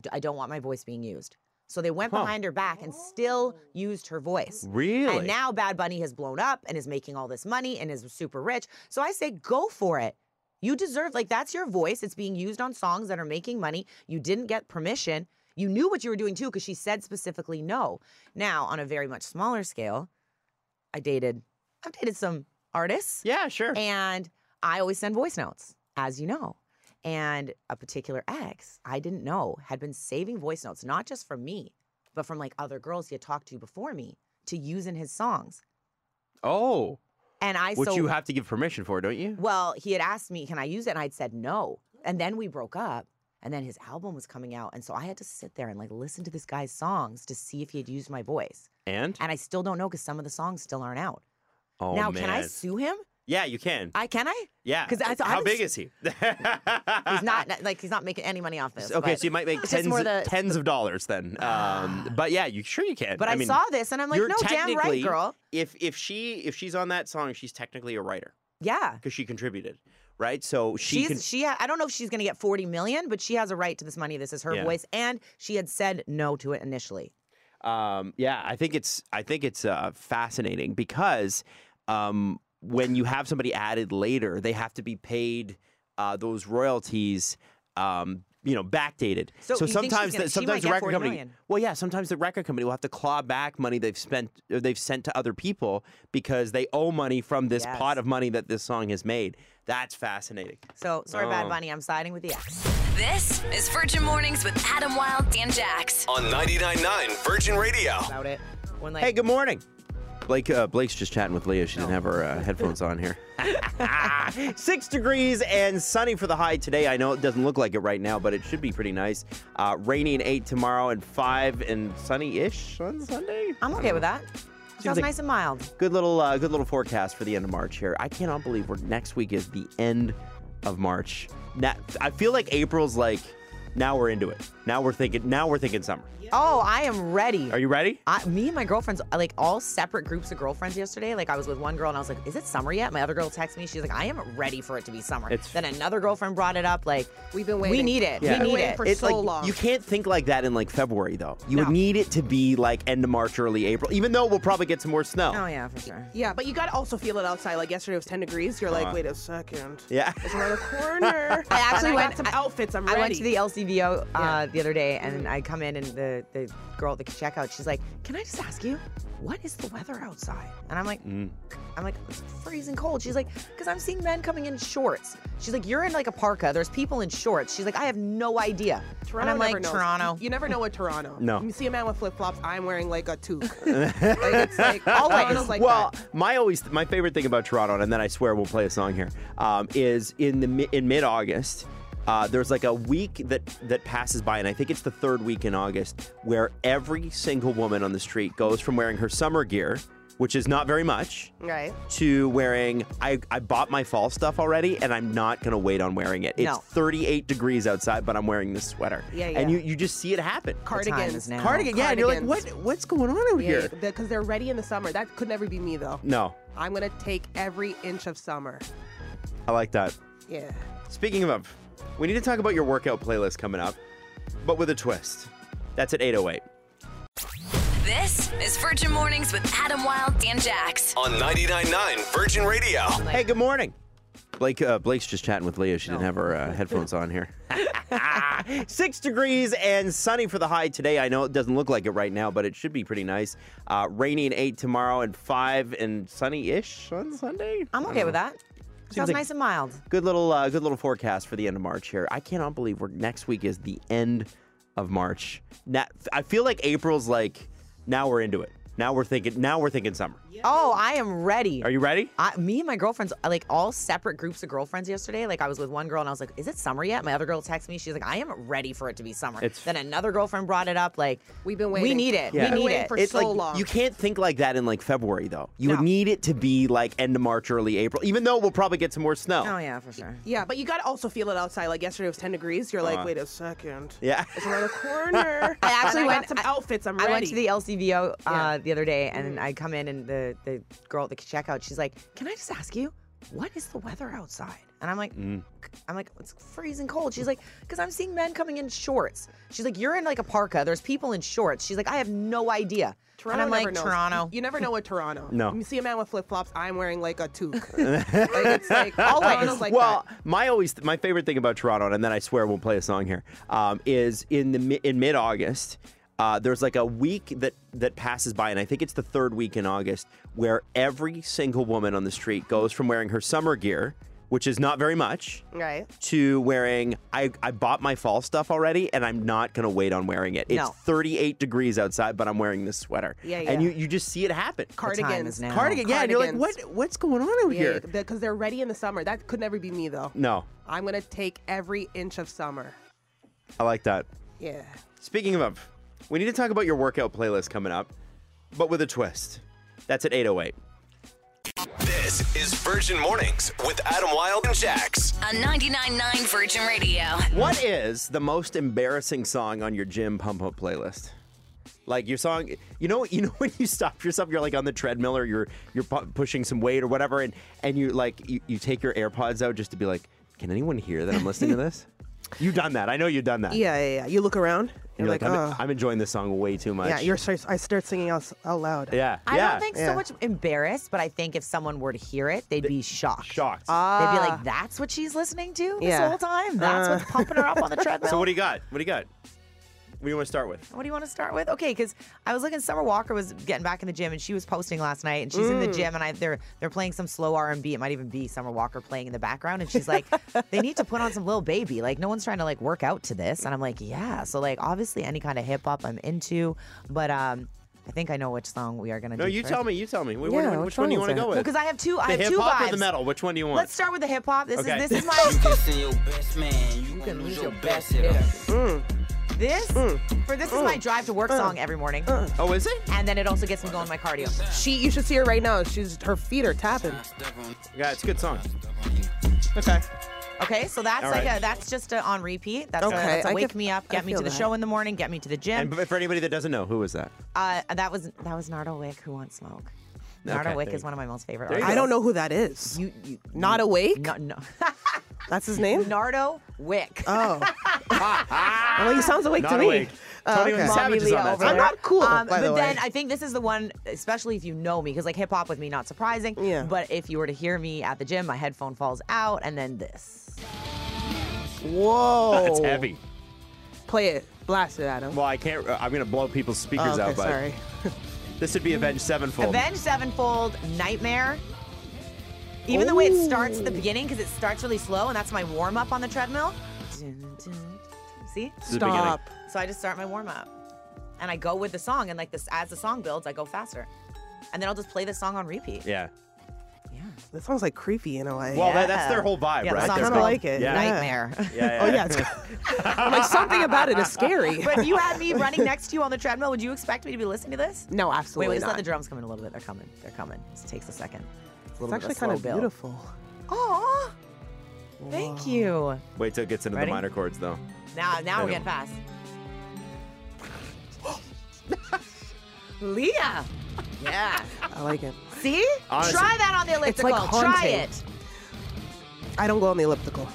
S8: D- I don't want my voice being used. So they went behind her back and still used her voice.
S7: Really?
S8: And now Bad Bunny has blown up and is making all this money and is super rich. So I say, go for it. You deserve, like, that's your voice. It's being used on songs that are making money. You didn't get permission. You knew what you were doing too, because she said specifically no. Now, on a very much smaller scale, I dated, I've dated some artists.
S7: Yeah, sure.
S8: And I always send voice notes, as you know. And a particular ex I didn't know had been saving voice notes, not just from me, but from like other girls he had talked to before me to use in his songs.
S7: oh,
S8: And I
S7: which
S8: so
S7: you have to give permission for, don't you?
S8: well, he had asked me, can I use it? And I'd said no. And then we broke up. And then his album was coming out. And so I had to sit there and like listen to this guy's songs to see if he had used my voice.
S7: And
S8: And I still don't know because some of the songs still aren't out.
S7: oh
S8: now,
S7: man,
S8: can I sue him?
S7: yeah, you can.
S8: I can I?
S7: yeah,
S8: 'cause I thought- I
S7: how
S8: was-
S7: big is he?
S8: He's not not- like he's not making any money off this.
S7: okay,
S8: but-
S7: so you might make
S8: It's just
S7: tens,
S8: more the-
S7: tens of dollars then. Um, but yeah, you sure you can.
S8: But I,
S7: mean,
S8: saw this and I'm like,
S7: you're
S8: no, damn right,
S7: technically-
S8: girl.
S7: If if she if she's on that song, she's technically a writer
S8: Yeah.
S7: because she contributed, right? So she
S8: She's
S7: can.
S8: she. Ha- I don't know if she's going to get 40 million, but she has a right to this money. This is her
S7: Yeah.
S8: voice, and she had said no to it initially.
S7: Um, yeah, I think it's I think it's uh, fascinating because um, when you have somebody added later, they have to be paid uh, those royalties. Um, you know, backdated.
S8: So you think she's
S7: sometimes,
S8: gonna-
S7: the,
S8: she
S7: sometimes
S8: might
S7: the
S8: get
S7: record
S8: 40
S7: company.
S8: million.
S7: Well, yeah, sometimes the record company will have to claw back money they've spent, or they've sent to other people because they owe money from this
S8: Yes.
S7: pot of money that this song has made. That's fascinating.
S8: So sorry, Bad
S7: Oh.
S8: Bunny. I'm siding with the ex.
S1: This is Virgin Mornings with Adam Wilde and Jax.
S4: on 99.9 Virgin Radio.
S8: About it. When like
S7: Hey, good morning. Blake uh, Blake's just chatting with Leah. She didn't have her uh, headphones on here. Six degrees and sunny for the high today. I know it doesn't look like it right now, but it should be pretty nice. Uh, rainy and eight tomorrow, and five and sunny-ish on Sunday.
S8: I'm okay with that. Sounds
S7: like-
S8: nice and mild.
S7: Good little uh, good little forecast for the end of March here. I cannot believe we're next week is the end of March. Now, I feel like April's like now we're into it. Now we're thinking. Now we're thinking summer.
S8: Oh, I am ready.
S7: Are you ready?
S8: I, me and my girlfriends, uh, like all separate groups of girlfriends yesterday. Like I was with one girl and I was like, "Is it summer yet?" My other girl texted me. She's like, "I am ready for it to be summer."
S7: It's-
S8: then another girlfriend brought it up. Like
S6: We've been
S8: We
S6: waiting.
S8: need it.
S7: Yeah.
S8: We need
S6: Waiting
S8: it.
S6: for
S7: it's
S6: so
S7: like
S6: long.
S7: you can't think like that in like February though. You
S8: No.
S7: would need it to be like end of March, early April. Even though we'll probably get some more snow.
S8: oh yeah, for sure.
S6: Yeah, but you gotta also feel it outside. Like yesterday was 10 degrees. You're like, wait a second.
S7: Yeah.
S6: It's around the corner.
S8: Uh-huh. I actually
S6: And I got
S8: went-
S6: some
S8: I-
S6: outfits. I'm
S8: I
S6: ready.
S8: went to the LCBO uh,
S6: Yeah.
S8: the other day, and I come in, and the, the girl at the checkout, she's like, "Can I just ask you, what is the weather outside?" And I'm like, "I'm like it's freezing cold." She's like, "Cause I'm seeing men coming in shorts." She's like, "You're in like a parka. There's people in shorts." She's like, "I have no idea." and
S6: Toronto
S8: I'm
S6: never
S8: like,
S6: knows.
S8: "Toronto."
S6: You never know what Toronto.
S7: No.
S6: You see a man with flip flops. I'm wearing like a toque. like, it's like Toronto's like
S7: well,
S6: that.
S7: my always my favorite thing about Toronto, and then I swear we'll play a song here, um, is in the mi- in mid August. Uh, there's like a week that that passes by, and I think it's the third week in August where every single woman on the street goes from wearing her summer gear, which is not very much,
S6: Right.
S7: to wearing I, I bought my fall stuff already and I'm not gonna wait on wearing it. It's
S8: No.
S7: 38 degrees outside, but I'm wearing this sweater.
S6: Yeah,
S7: And
S6: yeah.
S7: you, you just see it happen.
S8: The time
S6: Cardigans.
S8: is now.
S7: Cardigan, yeah, and you're like, what
S6: Cardigans.
S7: what's going on out here?
S6: Because they're ready in the summer. That could never be me though.
S7: No,
S6: I'm gonna take every inch of summer.
S7: I like that.
S6: Yeah.
S7: Speaking of, we need to talk about your workout playlist coming up, but with a twist. That's at 808.
S1: This is Virgin Mornings with Adam Wilde and Jax.
S4: On 99.9 Virgin Radio.
S7: Hey, good morning. Blake, uh, Blake's just chatting with Leah. She didn't have her uh, headphones on here. Six degrees and sunny for the high today. I know it doesn't look like it right now, but it should be pretty nice. Uh, rainy and eight tomorrow, and five and sunny-ish on Sunday.
S8: I'm okay with that. Sounds
S7: like-
S8: nice and mild.
S7: Good little, uh, good little forecast for the end of March here. I cannot believe we're next week is the end of March. Now, I feel like April's like now we're into it. Now we're thinking. Now we're thinking summer.
S8: Oh, I am ready.
S7: Are you ready?
S8: I, me and my girlfriends, like all separate groups of girlfriends yesterday. Like I was with one girl and I was like, "Is it summer yet?" My other girl texted me. She's like, "I am ready for it to be summer."
S7: It's-
S8: then another girlfriend brought it up. Like
S6: We've been
S8: We
S6: waiting.
S8: need it.
S7: Yeah. We've
S8: We need
S7: been
S8: it.
S6: waiting for
S7: it's
S6: so
S7: like
S6: long.
S7: you can't think like that in like February though. You would
S8: No.
S7: need it to be like end of March, early April. Even though we'll probably get some more snow.
S8: oh yeah, for sure.
S6: Yeah, but you gotta also feel it outside. Like yesterday was 10 degrees. You're like, wait a second.
S7: Uh-huh. Yeah.
S6: It's around the corner.
S8: I actually
S6: And I
S8: went.
S6: got some
S8: I-
S6: outfits. I'm
S8: I
S6: ready.
S8: went to the LCBO uh,
S6: Yeah. Mm.
S8: the other day, and I come in, and the the girl at the checkout, she's like, "Can I just ask you, what is the weather outside?" And I'm like,
S7: Mm.
S8: "I'm like, it's freezing cold." She's like, "Cause I'm seeing men coming in shorts." She's like, "You're in like a parka. There's people in shorts." She's like, "I have no idea."
S6: Toronto
S8: and I'm
S6: never
S8: like,
S6: knows.
S8: "Toronto."
S6: You never know what Toronto.
S7: No.
S6: You see a man with flip flops. I'm wearing like a toque. like, it's like always like
S7: well,
S6: that.
S7: my always my favorite thing about Toronto, and then I swear we'll play a song here, um, is in the mi- in mid August. Uh, there's like a week that that passes by, and I think it's the third week in August where every single woman on the street goes from wearing her summer gear, which is not very much,
S6: Right.
S7: to wearing I, I bought my fall stuff already and I'm not gonna wait on wearing it. It's
S8: No.
S7: 38 degrees outside, but I'm wearing this sweater.
S6: Yeah,
S7: And
S6: yeah.
S7: you, you just see it happen.
S8: time
S6: Cardigans.
S8: is now?
S7: Cardigan, yeah, and you're like,
S6: Cardigans.
S7: what what's going on out
S6: Yeah,
S7: here?
S6: because they're ready in the summer. That could never be me though.
S7: No,
S6: I'm gonna take every inch of summer.
S7: I like that.
S6: Yeah.
S7: Speaking of, we need to talk about your workout playlist coming up, but with a twist. That's at 808.
S4: This is Virgin Mornings with Adam Wilde and Jax.
S1: On 99.9 Virgin Radio.
S7: What is the most embarrassing song on your gym pump up playlist? Like your song, you know, you know when you stop yourself, you're like on the treadmill or you're you're pu- pushing some weight or whatever, and and you like you, you take your AirPods out just to be like, can anyone hear that I'm listening to this? You've done that. I know you've done that.
S6: Yeah, yeah, yeah. You look around. You're,
S7: And you're
S6: like,
S7: like, I'm,
S6: oh.
S7: I'm enjoying this song way too much.
S6: yeah. You're. Start, I start singing out, out loud.
S7: yeah.
S8: I
S7: yeah.
S8: don't think
S6: Yeah.
S8: so much embarrassed, but I think if someone were to hear it, they'd be shocked.
S7: shocked.
S8: They'd be like, "That's what she's listening to this
S6: Ah. Yeah. Ah.
S8: whole time. That's what's pumping her up on the treadmill."
S7: so what do you got? What do you got? What do you want to start with?
S8: What do you want to start with? Okay, because I was looking. Summer Walker was getting back in the gym, and she was posting last night, and she's in the gym, and I they're they're playing some slow R and B. It might even be Summer Walker playing in the background, and she's like, "They need to put on some little baby. Like no one's trying to like work out to this." And I'm like, "Yeah." So like obviously any kind of hip hop I'm into, but um, I think I know which song we are gonna.
S7: No,
S8: do
S7: you
S8: first.
S7: tell me. You tell me. Wh- wh-
S6: Yeah,
S7: which
S6: which
S7: one do you
S6: one
S7: want to
S6: is
S7: go
S6: it?
S7: with?
S8: Well, because I have two. I
S7: the
S8: have
S7: hip
S8: two
S7: hop
S8: vibes.
S7: or the metal? Which one do you want?
S8: Let's start with the hip hop. This
S7: Okay.
S8: is this is my
S5: kissing your best man, you gonna lose your best hitter.
S8: this
S7: Mm.
S8: for this is my drive to work song every morning,
S7: oh, is it?
S8: and then it also gets me going my cardio.
S6: She. You should see her right now. She's. Her feet are tapping.
S7: Yeah, it's a good song. Okay.
S8: Okay, so that's
S7: All
S8: like
S7: right.
S8: a that's just a, on repeat. That's a,
S6: Okay,
S8: that's a
S6: I
S8: wake
S6: get-
S8: me up,
S6: I
S8: get me to
S6: feel
S8: the
S6: that.
S8: show in the morning, get me to the
S7: And
S8: gym.
S7: b- for anybody that doesn't know, who was that?
S8: Uh, that was that was Nardo Wick who wants smoke. Nardo
S7: Okay,
S8: Wick
S7: there
S8: is
S7: you
S8: one of my most favorite
S7: There you
S8: artists.
S6: I don't know who that is. You. you not awake.
S8: No, no.
S6: That's his name.
S8: Nardo Wick.
S7: Uh,
S6: Oh. well, he sounds awake to
S7: Not
S6: me. Oh,
S7: awake. Tony and the
S6: okay.
S7: Savages on that.
S8: over
S7: song.
S6: I'm not cool,
S8: Um,
S6: by
S8: but
S6: the way.
S8: then I think this is the one, especially if you know me, because like hip hop with me, not surprising.
S6: Yeah.
S8: But if you were to hear me at the gym, my headphone falls out, and then this.
S6: Whoa.
S7: That's heavy.
S6: Play it. Blast it, Adam.
S7: Well, I can't. uh, I'm gonna blow people's speakers
S6: Oh, okay,
S7: out, but
S6: sorry.
S7: this would be Avenged Sevenfold.
S8: Avenged Sevenfold, Nightmare. Even the way it starts at the beginning, because it starts really slow, and that's my warm up on the treadmill. See?
S7: This is the beginning.
S6: Stop.
S8: So I just start my warm up, and I go with the song, and like this, as the song builds, I go faster, and then I'll just play the song on repeat.
S7: Yeah.
S6: That sounds like creepy in a way.
S7: Well, that, that's their whole vibe,
S8: Yeah, the
S7: right?
S8: song's
S7: They're
S6: kinda
S8: called
S6: like it, yeah.
S8: Nightmare.
S7: yeah,
S6: Oh yeah, it's, I'm like something about it is scary.
S8: but if you had me running next to you on the treadmill, would you expect me to be listening to this?
S6: no,
S8: Wait,
S6: absolutely
S8: wait, just
S6: not.
S8: let the drums come in a little bit. They're coming. They're coming. This takes a second. It's, a
S6: it's
S8: little
S6: actually
S8: bit
S6: kind of
S8: slow build.
S6: beautiful.
S8: Aw, thank you.
S7: Wait till it gets into
S8: Ready?
S7: the minor chords, though.
S8: Now,
S7: I
S8: now we're
S7: know.
S8: getting fast. Leah. Yeah.
S6: I like it.
S8: See?
S7: Honestly.
S8: Try that on the
S6: It's
S8: elliptical.
S6: like
S8: Try
S6: haunting.
S8: it.
S6: I don't go on the elliptical.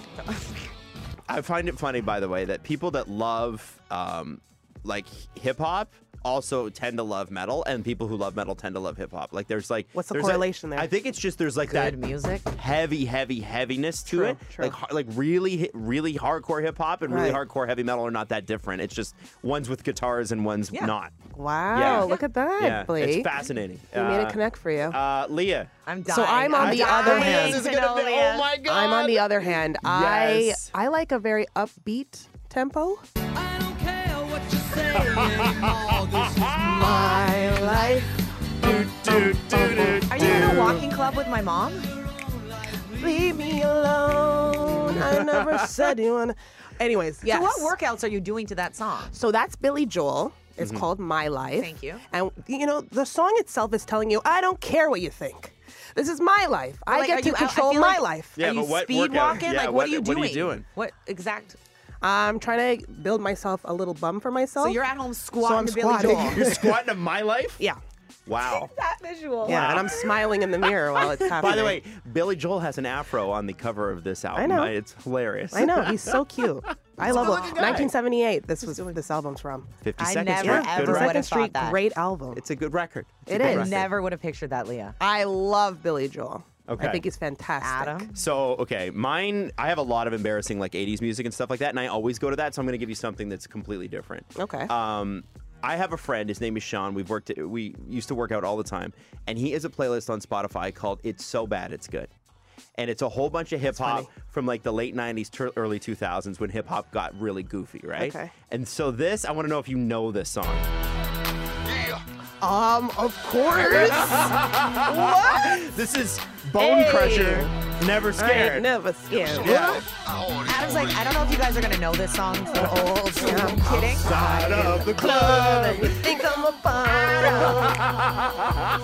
S7: I find it funny, by the way, that people that love um, like hip hop also tend to love metal, and people who love metal tend to love hip hop. Like, there's like
S6: What's the
S7: there's a-
S6: correlation there?
S7: I think it's just there's like that
S8: Good music.
S7: heavy, heavy, heaviness to
S6: True,
S7: it.
S6: true.
S7: Like, har- like really, hi- really hardcore hip hop and really
S6: Right.
S7: hardcore heavy metal are not that different. It's just one's with guitars and one's
S8: Yeah.
S7: not.
S6: Wow,
S7: Yeah.
S6: look at that,
S7: yeah,
S6: Blake.
S7: it's fascinating.
S6: We made
S7: Uh,
S6: it connect for you.
S7: Uh, Leah,
S8: I'm dying.
S6: So I'm on
S8: I'm
S6: the other
S8: dying
S6: hand.
S8: to
S6: This
S8: know Leah.
S7: oh my god!
S6: I'm on the other hand.
S7: Yes.
S6: I I like a very upbeat tempo.
S5: I don't care what you say anymore. This is
S6: My life,
S8: Are you in a walking club with my mom?
S6: Leave me alone. I never said you want. Anyways, yes.
S8: So what workouts are you doing to that song?
S6: So that's Billy Joel. It's called My Life.
S8: Thank you.
S6: And you know, the song itself is telling you, I don't care what you think. This is my life. I
S8: Like, are
S6: get to
S8: you out- I
S6: control
S8: feel
S6: my
S8: like-
S6: life.
S7: Yeah,
S8: are you
S7: but what
S8: speed
S7: workout-
S8: walking?
S7: yeah,
S8: like, what,
S7: what-
S8: are you
S7: what
S8: doing?
S7: are you doing?
S8: What exact?
S6: I'm trying to build myself a little bum for myself.
S8: So you're at home
S6: So I'm
S8: squatting to Billy
S6: squatting.
S8: Joel.
S7: You're squatting to my life?
S6: Yeah.
S7: Wow.
S8: that visual.
S6: Yeah, and I'm smiling in the mirror while it's happening.
S7: By the way, Billy Joel has an afro on the cover of this album.
S6: know.
S7: It's hilarious.
S6: I know he's so cute. I love him.
S7: good-looking guy.
S6: 1978. This was this album's from.
S7: 50
S8: I
S7: Second
S8: never,
S7: Street.
S8: ever
S7: good
S8: would've
S7: record.
S6: Second
S8: thought
S6: Street,
S8: that.
S6: great album.
S7: It's a good record. It's
S6: It
S7: a good
S6: is.
S7: record.
S8: Never would have pictured that, Leah.
S6: I love Billy Joel.
S7: Okay.
S6: I think he's fantastic.
S8: Adam.
S7: So, okay, mine, I have a lot of embarrassing like 80s music and stuff like that, and I always go to that, so I'm going to give you something that's completely different.
S6: Okay.
S7: Um, I have a friend. His name is Sean. We've worked. We used to work out all the time, and he has a playlist on Spotify called "It's So Bad It's Good," and it's a whole bunch of hip hop from like the late '90s, tur early 2000s when hip hop got really goofy, right?
S6: Okay.
S7: And so this, I want to know if you know this song.
S6: um, of course. what?
S7: This is Bone
S6: Hey.
S7: Crusher. Never
S6: I ain't
S7: scared.
S6: never scared.
S7: Yeah.
S8: Adam's like, I don't know if you guys are gonna know this song. It's so old. school." I'm kidding.
S7: Out of the club.
S6: You think I'm a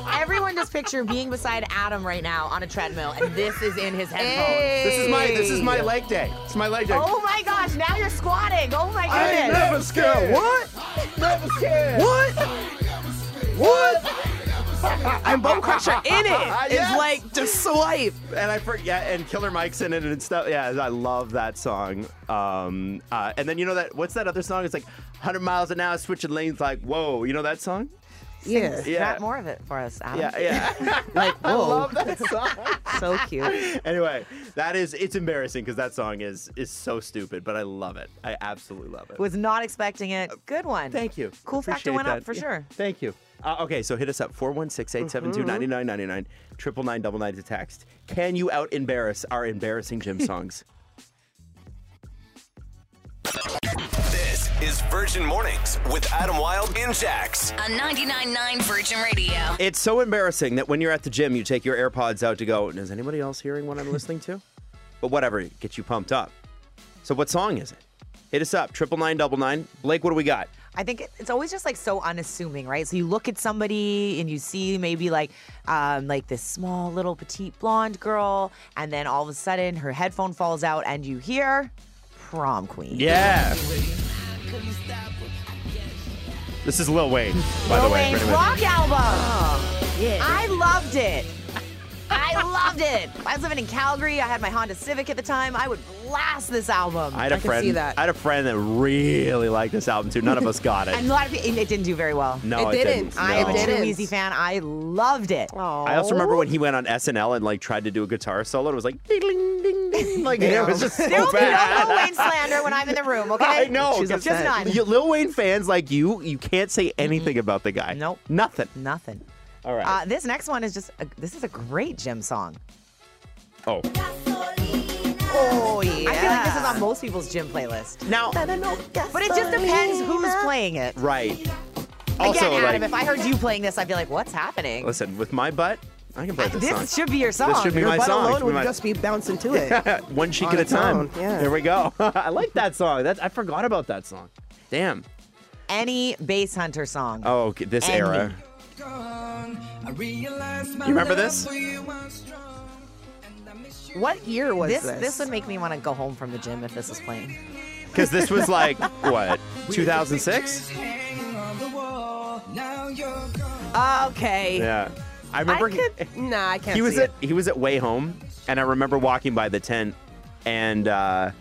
S6: bum?
S8: Everyone just picture being beside Adam right now on a treadmill, and this is in his headphones.
S7: This is my. This is my leg day. It's my leg day.
S8: Oh my gosh! Now you're squatting. Oh my goodness.
S7: scared. What? Never scared. What? What?
S6: I'm Bone Crusher in it. It's
S7: Yes.
S6: like just swipe.
S7: And I for, yeah, and Killer Mike's in it and stuff. Yeah, I love that song. Um, uh, and then you know that what's that other song? It's like 100 miles an hour, switching lanes. Like whoa, you know that song?
S6: Yeah.
S7: Yeah.
S8: Grab more of it for us, Adam.
S7: Yeah, yeah.
S6: Like whoa,
S7: I love that song.
S6: Oh, so cute.
S7: anyway, that is it's embarrassing because that song is is so stupid, but I love it. I absolutely love it.
S8: Was not expecting it. Good one.
S7: Thank you.
S8: Cool factor
S7: Appreciate
S8: went up
S7: that.
S8: for
S7: Yeah.
S8: sure.
S7: Thank you. Uh, okay, so hit us up 416 872 9999 triple nine double nine to text. Can you out embarrass our embarrassing gym songs?
S4: This is Virgin Mornings with Adam Wilde and Jax.
S1: On 99.9 Virgin Radio.
S7: it's so embarrassing that when you're at the gym, you take your AirPods out to go. Is anybody else hearing what I'm listening to? But whatever, it gets you pumped up. So what song is it? Hit us up triple nine double nine. Blake, what do we got?
S8: I think it- it's always just like so unassuming, right? So you look at somebody and you see maybe like um, like this small little petite blonde girl, and then all of a sudden her headphone falls out and you hear prom queen.
S7: Yeah. This is Lil Wayne, by the
S8: Lil
S7: way.
S8: Wayne's
S7: for anyone-
S8: rock album. I loved it. I loved it. I was living in Calgary. I had my Honda Civic at the time. I would blast this album.
S7: I had a
S6: I could
S7: friend.
S6: see that.
S7: I had a friend that really liked this album too. None of us got it.
S8: and a lot of people, it didn't do very well.
S7: no,
S6: It
S7: it,
S6: didn't.
S7: didn't.
S8: I am a
S7: No.
S8: true
S6: didn't.
S8: Weezy fan. I loved it.
S7: I also remember when he went on SNL and like tried to do a guitar solo. It was like ding ding ding ding. Like it was just so
S8: There will be no
S7: bad.
S8: Lil Wayne slander when I'm in the room, okay?
S7: I know.
S6: She's
S7: because
S8: upset.
S7: you- Lil Wayne fans like you, you can't say anything about the guy.
S8: Nope.
S7: Nothing.
S8: Nothing.
S7: All right.
S8: Uh, this next one is just, a, this is a great gym song.
S7: oh.
S8: Oh, yeah. I feel like this is on most people's gym playlist.
S7: Now.
S8: But it just depends who's playing it.
S7: Right.
S8: Again,
S7: Also,
S8: Adam,
S7: like,
S8: if I heard you playing this, I'd be like, what's happening?
S7: listen, with my butt, I can play this,
S8: this
S7: song.
S8: should be your song.
S7: This should be
S6: Your
S7: my
S6: butt
S7: song. It
S6: alone
S7: should be
S6: would
S7: my-
S6: just be bouncing to it.
S7: One cheek
S6: On
S7: at a
S6: its
S7: time.
S6: own, yeah.
S7: There we go. I like that song. That's I forgot about that song. Damn.
S8: Any bass hunter song.
S7: Oh, okay, this
S8: Andy.
S7: era. You remember this?
S6: What year was
S8: This,
S6: this?
S8: this would make me want to go home from the gym if this was playing.
S7: Because this was like what 2006.
S6: okay.
S7: Yeah, I remember.
S6: I could, nah, I can't.
S7: he was
S6: see
S7: at
S6: it.
S7: he was at Way Home, and I remember walking by the tent, and uh,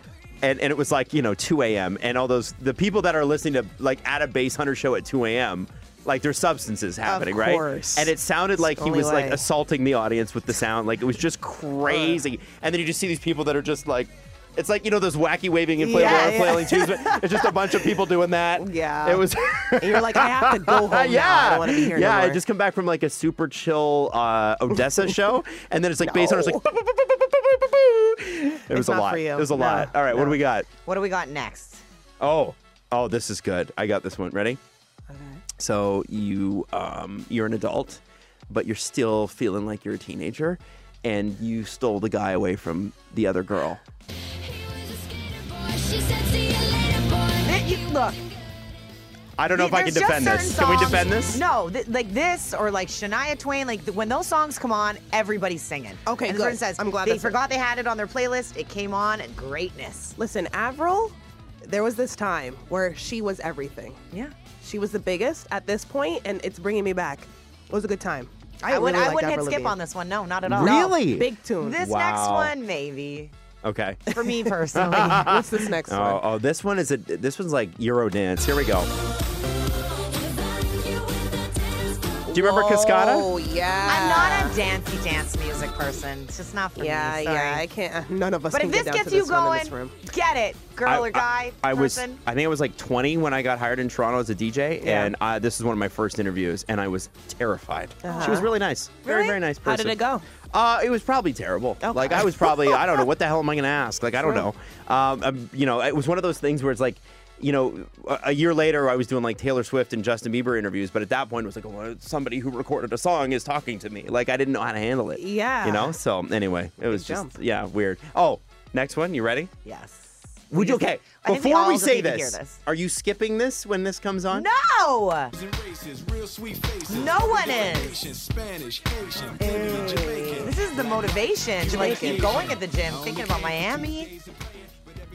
S7: and and it was like you know 2 a.m. and all those the people that are listening to like at a Bass Hunter show at 2 a.m. Like there's substances happening,
S6: course.
S7: right? And it sounded like he
S6: only
S7: was like
S6: way.
S7: assaulting the audience with the sound. Like it was just crazy. And then you just see these people that are just like, it's like you know those wacky waving and flailing,
S6: Yeah, yeah.
S7: flailing twos, but it's just a bunch of people doing that.
S6: Yeah.
S7: it was.
S6: And you're like, I have to go home. now. I don't want to be here. no
S7: Uh, Yeah, I
S6: more.
S7: just come back from like a super chill uh, Odessa show, and then it's like bass on it's like.
S6: No.
S7: boop, boop, boop, boop, boop, boop, boop, boop. It was a
S6: not
S7: lot.
S6: for you.
S7: It was a
S6: No,
S7: lot. All right, what do we got?
S8: What do we got next?
S7: Oh, oh, this is good. I got this one. Ready? Okay. So you, um, you're an adult. but you're still feeling like you're a teenager and you stole the guy away from the other girl.
S8: Th- you- look,
S7: I don't know if I can
S8: there's just
S7: defend this.
S8: certain
S7: Can we
S8: songs-
S7: defend this?
S8: No, th- like this or like Shania Twain. Like th- when those songs come on, everybody's singing.
S6: Okay,
S8: and
S6: good.
S8: It says,
S6: I'm glad
S8: they
S6: that's it.
S8: forgot they had it on their playlist. It came on, and greatness.
S6: Listen, Avril, there was this time where she was everything.
S8: Yeah.
S6: She was the biggest at this point, and it's bringing me back. It was a good time.
S8: I, would,
S6: really
S8: I
S6: liked
S8: wouldn't hit
S6: Avril
S8: skip
S6: Lavigne.
S8: on this one. No, not at all.
S7: Really? No.
S6: Big tune.
S8: This next
S7: Wow.
S8: one, maybe.
S7: Okay.
S8: For me personally.
S6: What's this next
S7: Oh,
S6: one?
S7: oh, this one is a this one's like Eurodance. Here we go. Do you remember Cascada?
S6: Oh yeah.
S8: I'm not a dancey dance music person. It's just not for
S6: Yeah,
S8: me. Sorry.
S6: yeah. I can't. None of us
S8: But
S6: can
S8: if this
S6: get down
S8: gets
S6: to
S8: you
S6: this one in this
S8: going,
S6: room.
S8: get it, girl
S7: I-
S8: or guy.
S7: I, I was
S8: person.
S7: I think I was like 20 when I got hired in Toronto as a DJ,
S8: Yeah.
S7: and I, this is one of my first interviews, and I was terrified. She was really nice, very
S8: Really?
S7: very nice person.
S6: Uh-huh. How did it go?
S7: Uh, it was probably terrible. Like I was probably I don't know what the hell am I gonna ask? Like I don't know. Um, um, you know, it was one of those things where it's like. You know, a- a year later, I was doing like Taylor Swift and Justin Bieber interviews, but at that point, it was like, well, somebody who recorded a song is talking to me. Like, I didn't know how to handle it.
S6: Yeah.
S7: You know? So, anyway, it was just,
S6: jump.
S7: yeah, weird. Oh, next one. You ready?
S8: yes.
S7: Would you, okay,
S8: I think we
S7: before
S8: all
S7: we
S8: just
S7: say
S8: need to hear
S7: this,
S8: this.
S7: are you skipping this when this comes on?
S8: No.
S2: No
S8: No one is. Eh. This is the motivation to like keep going at the gym, thinking about Miami.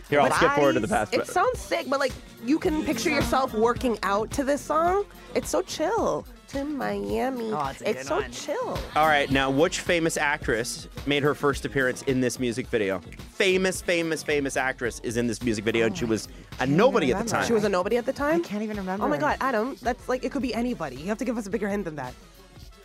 S7: Here, I'll skip forward to the
S8: Lies.
S7: past.
S6: It sounds sick, but like you can picture yourself working out to this song. It's so chill. To Miami.
S8: Oh, it's a good
S6: so
S8: one.
S6: chill.
S7: All right, now which famous actress made her first appearance in this music video? Famous, famous, famous actress is in this music video, and she was a nobody at the
S8: remember.
S7: time.
S6: She was a nobody at the time.
S8: I can't even remember.
S6: Oh my god, Adam, that's like it could be anybody. You have to give us a bigger hint than that.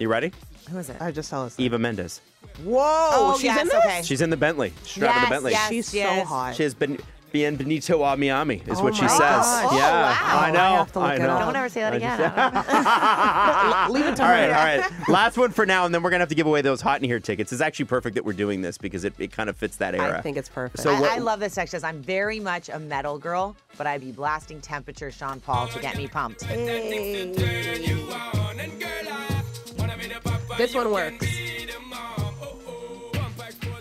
S7: you ready?
S8: Who is it?
S6: I just tell us.
S7: Eva Mendes.
S6: Whoa,
S8: Oh,
S6: she's
S8: yes,
S6: in this.
S8: okay.
S7: She's in the Bentley. She's driving
S8: Yes,
S7: the Bentley.
S8: yes.
S6: She's
S8: yes.
S6: so hot.
S7: She has been bienvenido a Miami, is
S6: Oh
S7: what she
S6: my
S7: says.
S6: gosh.
S8: Oh,
S7: yeah,
S8: wow.
S7: I know.
S6: I have to look
S7: I
S6: it
S7: know.
S6: up.
S8: Don't ever say that
S7: I just-
S8: again. Adam.
S6: Ah, Leave it to
S7: All
S6: her.
S7: right, all right. Last one for now, and then we're gonna have to give away those hot in here tickets. It's actually perfect that we're doing this because it, it kind of fits that era.
S6: I think it's perfect.
S7: So- what-
S8: I, I love this section. I'm very much a metal girl, but I'd be blasting temperature Sean Paul to get me pumped.
S6: this one works.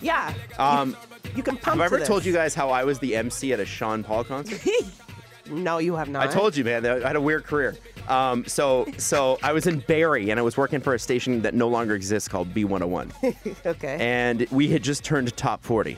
S6: Yeah.
S7: Um,
S6: You can pump.
S7: have I
S6: to
S7: ever
S6: this.
S7: told you guys how I was the MC at a Sean Paul concert?
S6: No, you have not.
S7: I told you, man. I had a weird career. Um, so, so I was in Barrie, and I was working for a station that no longer exists called B101,
S6: Okay.
S7: and we had just turned top 40.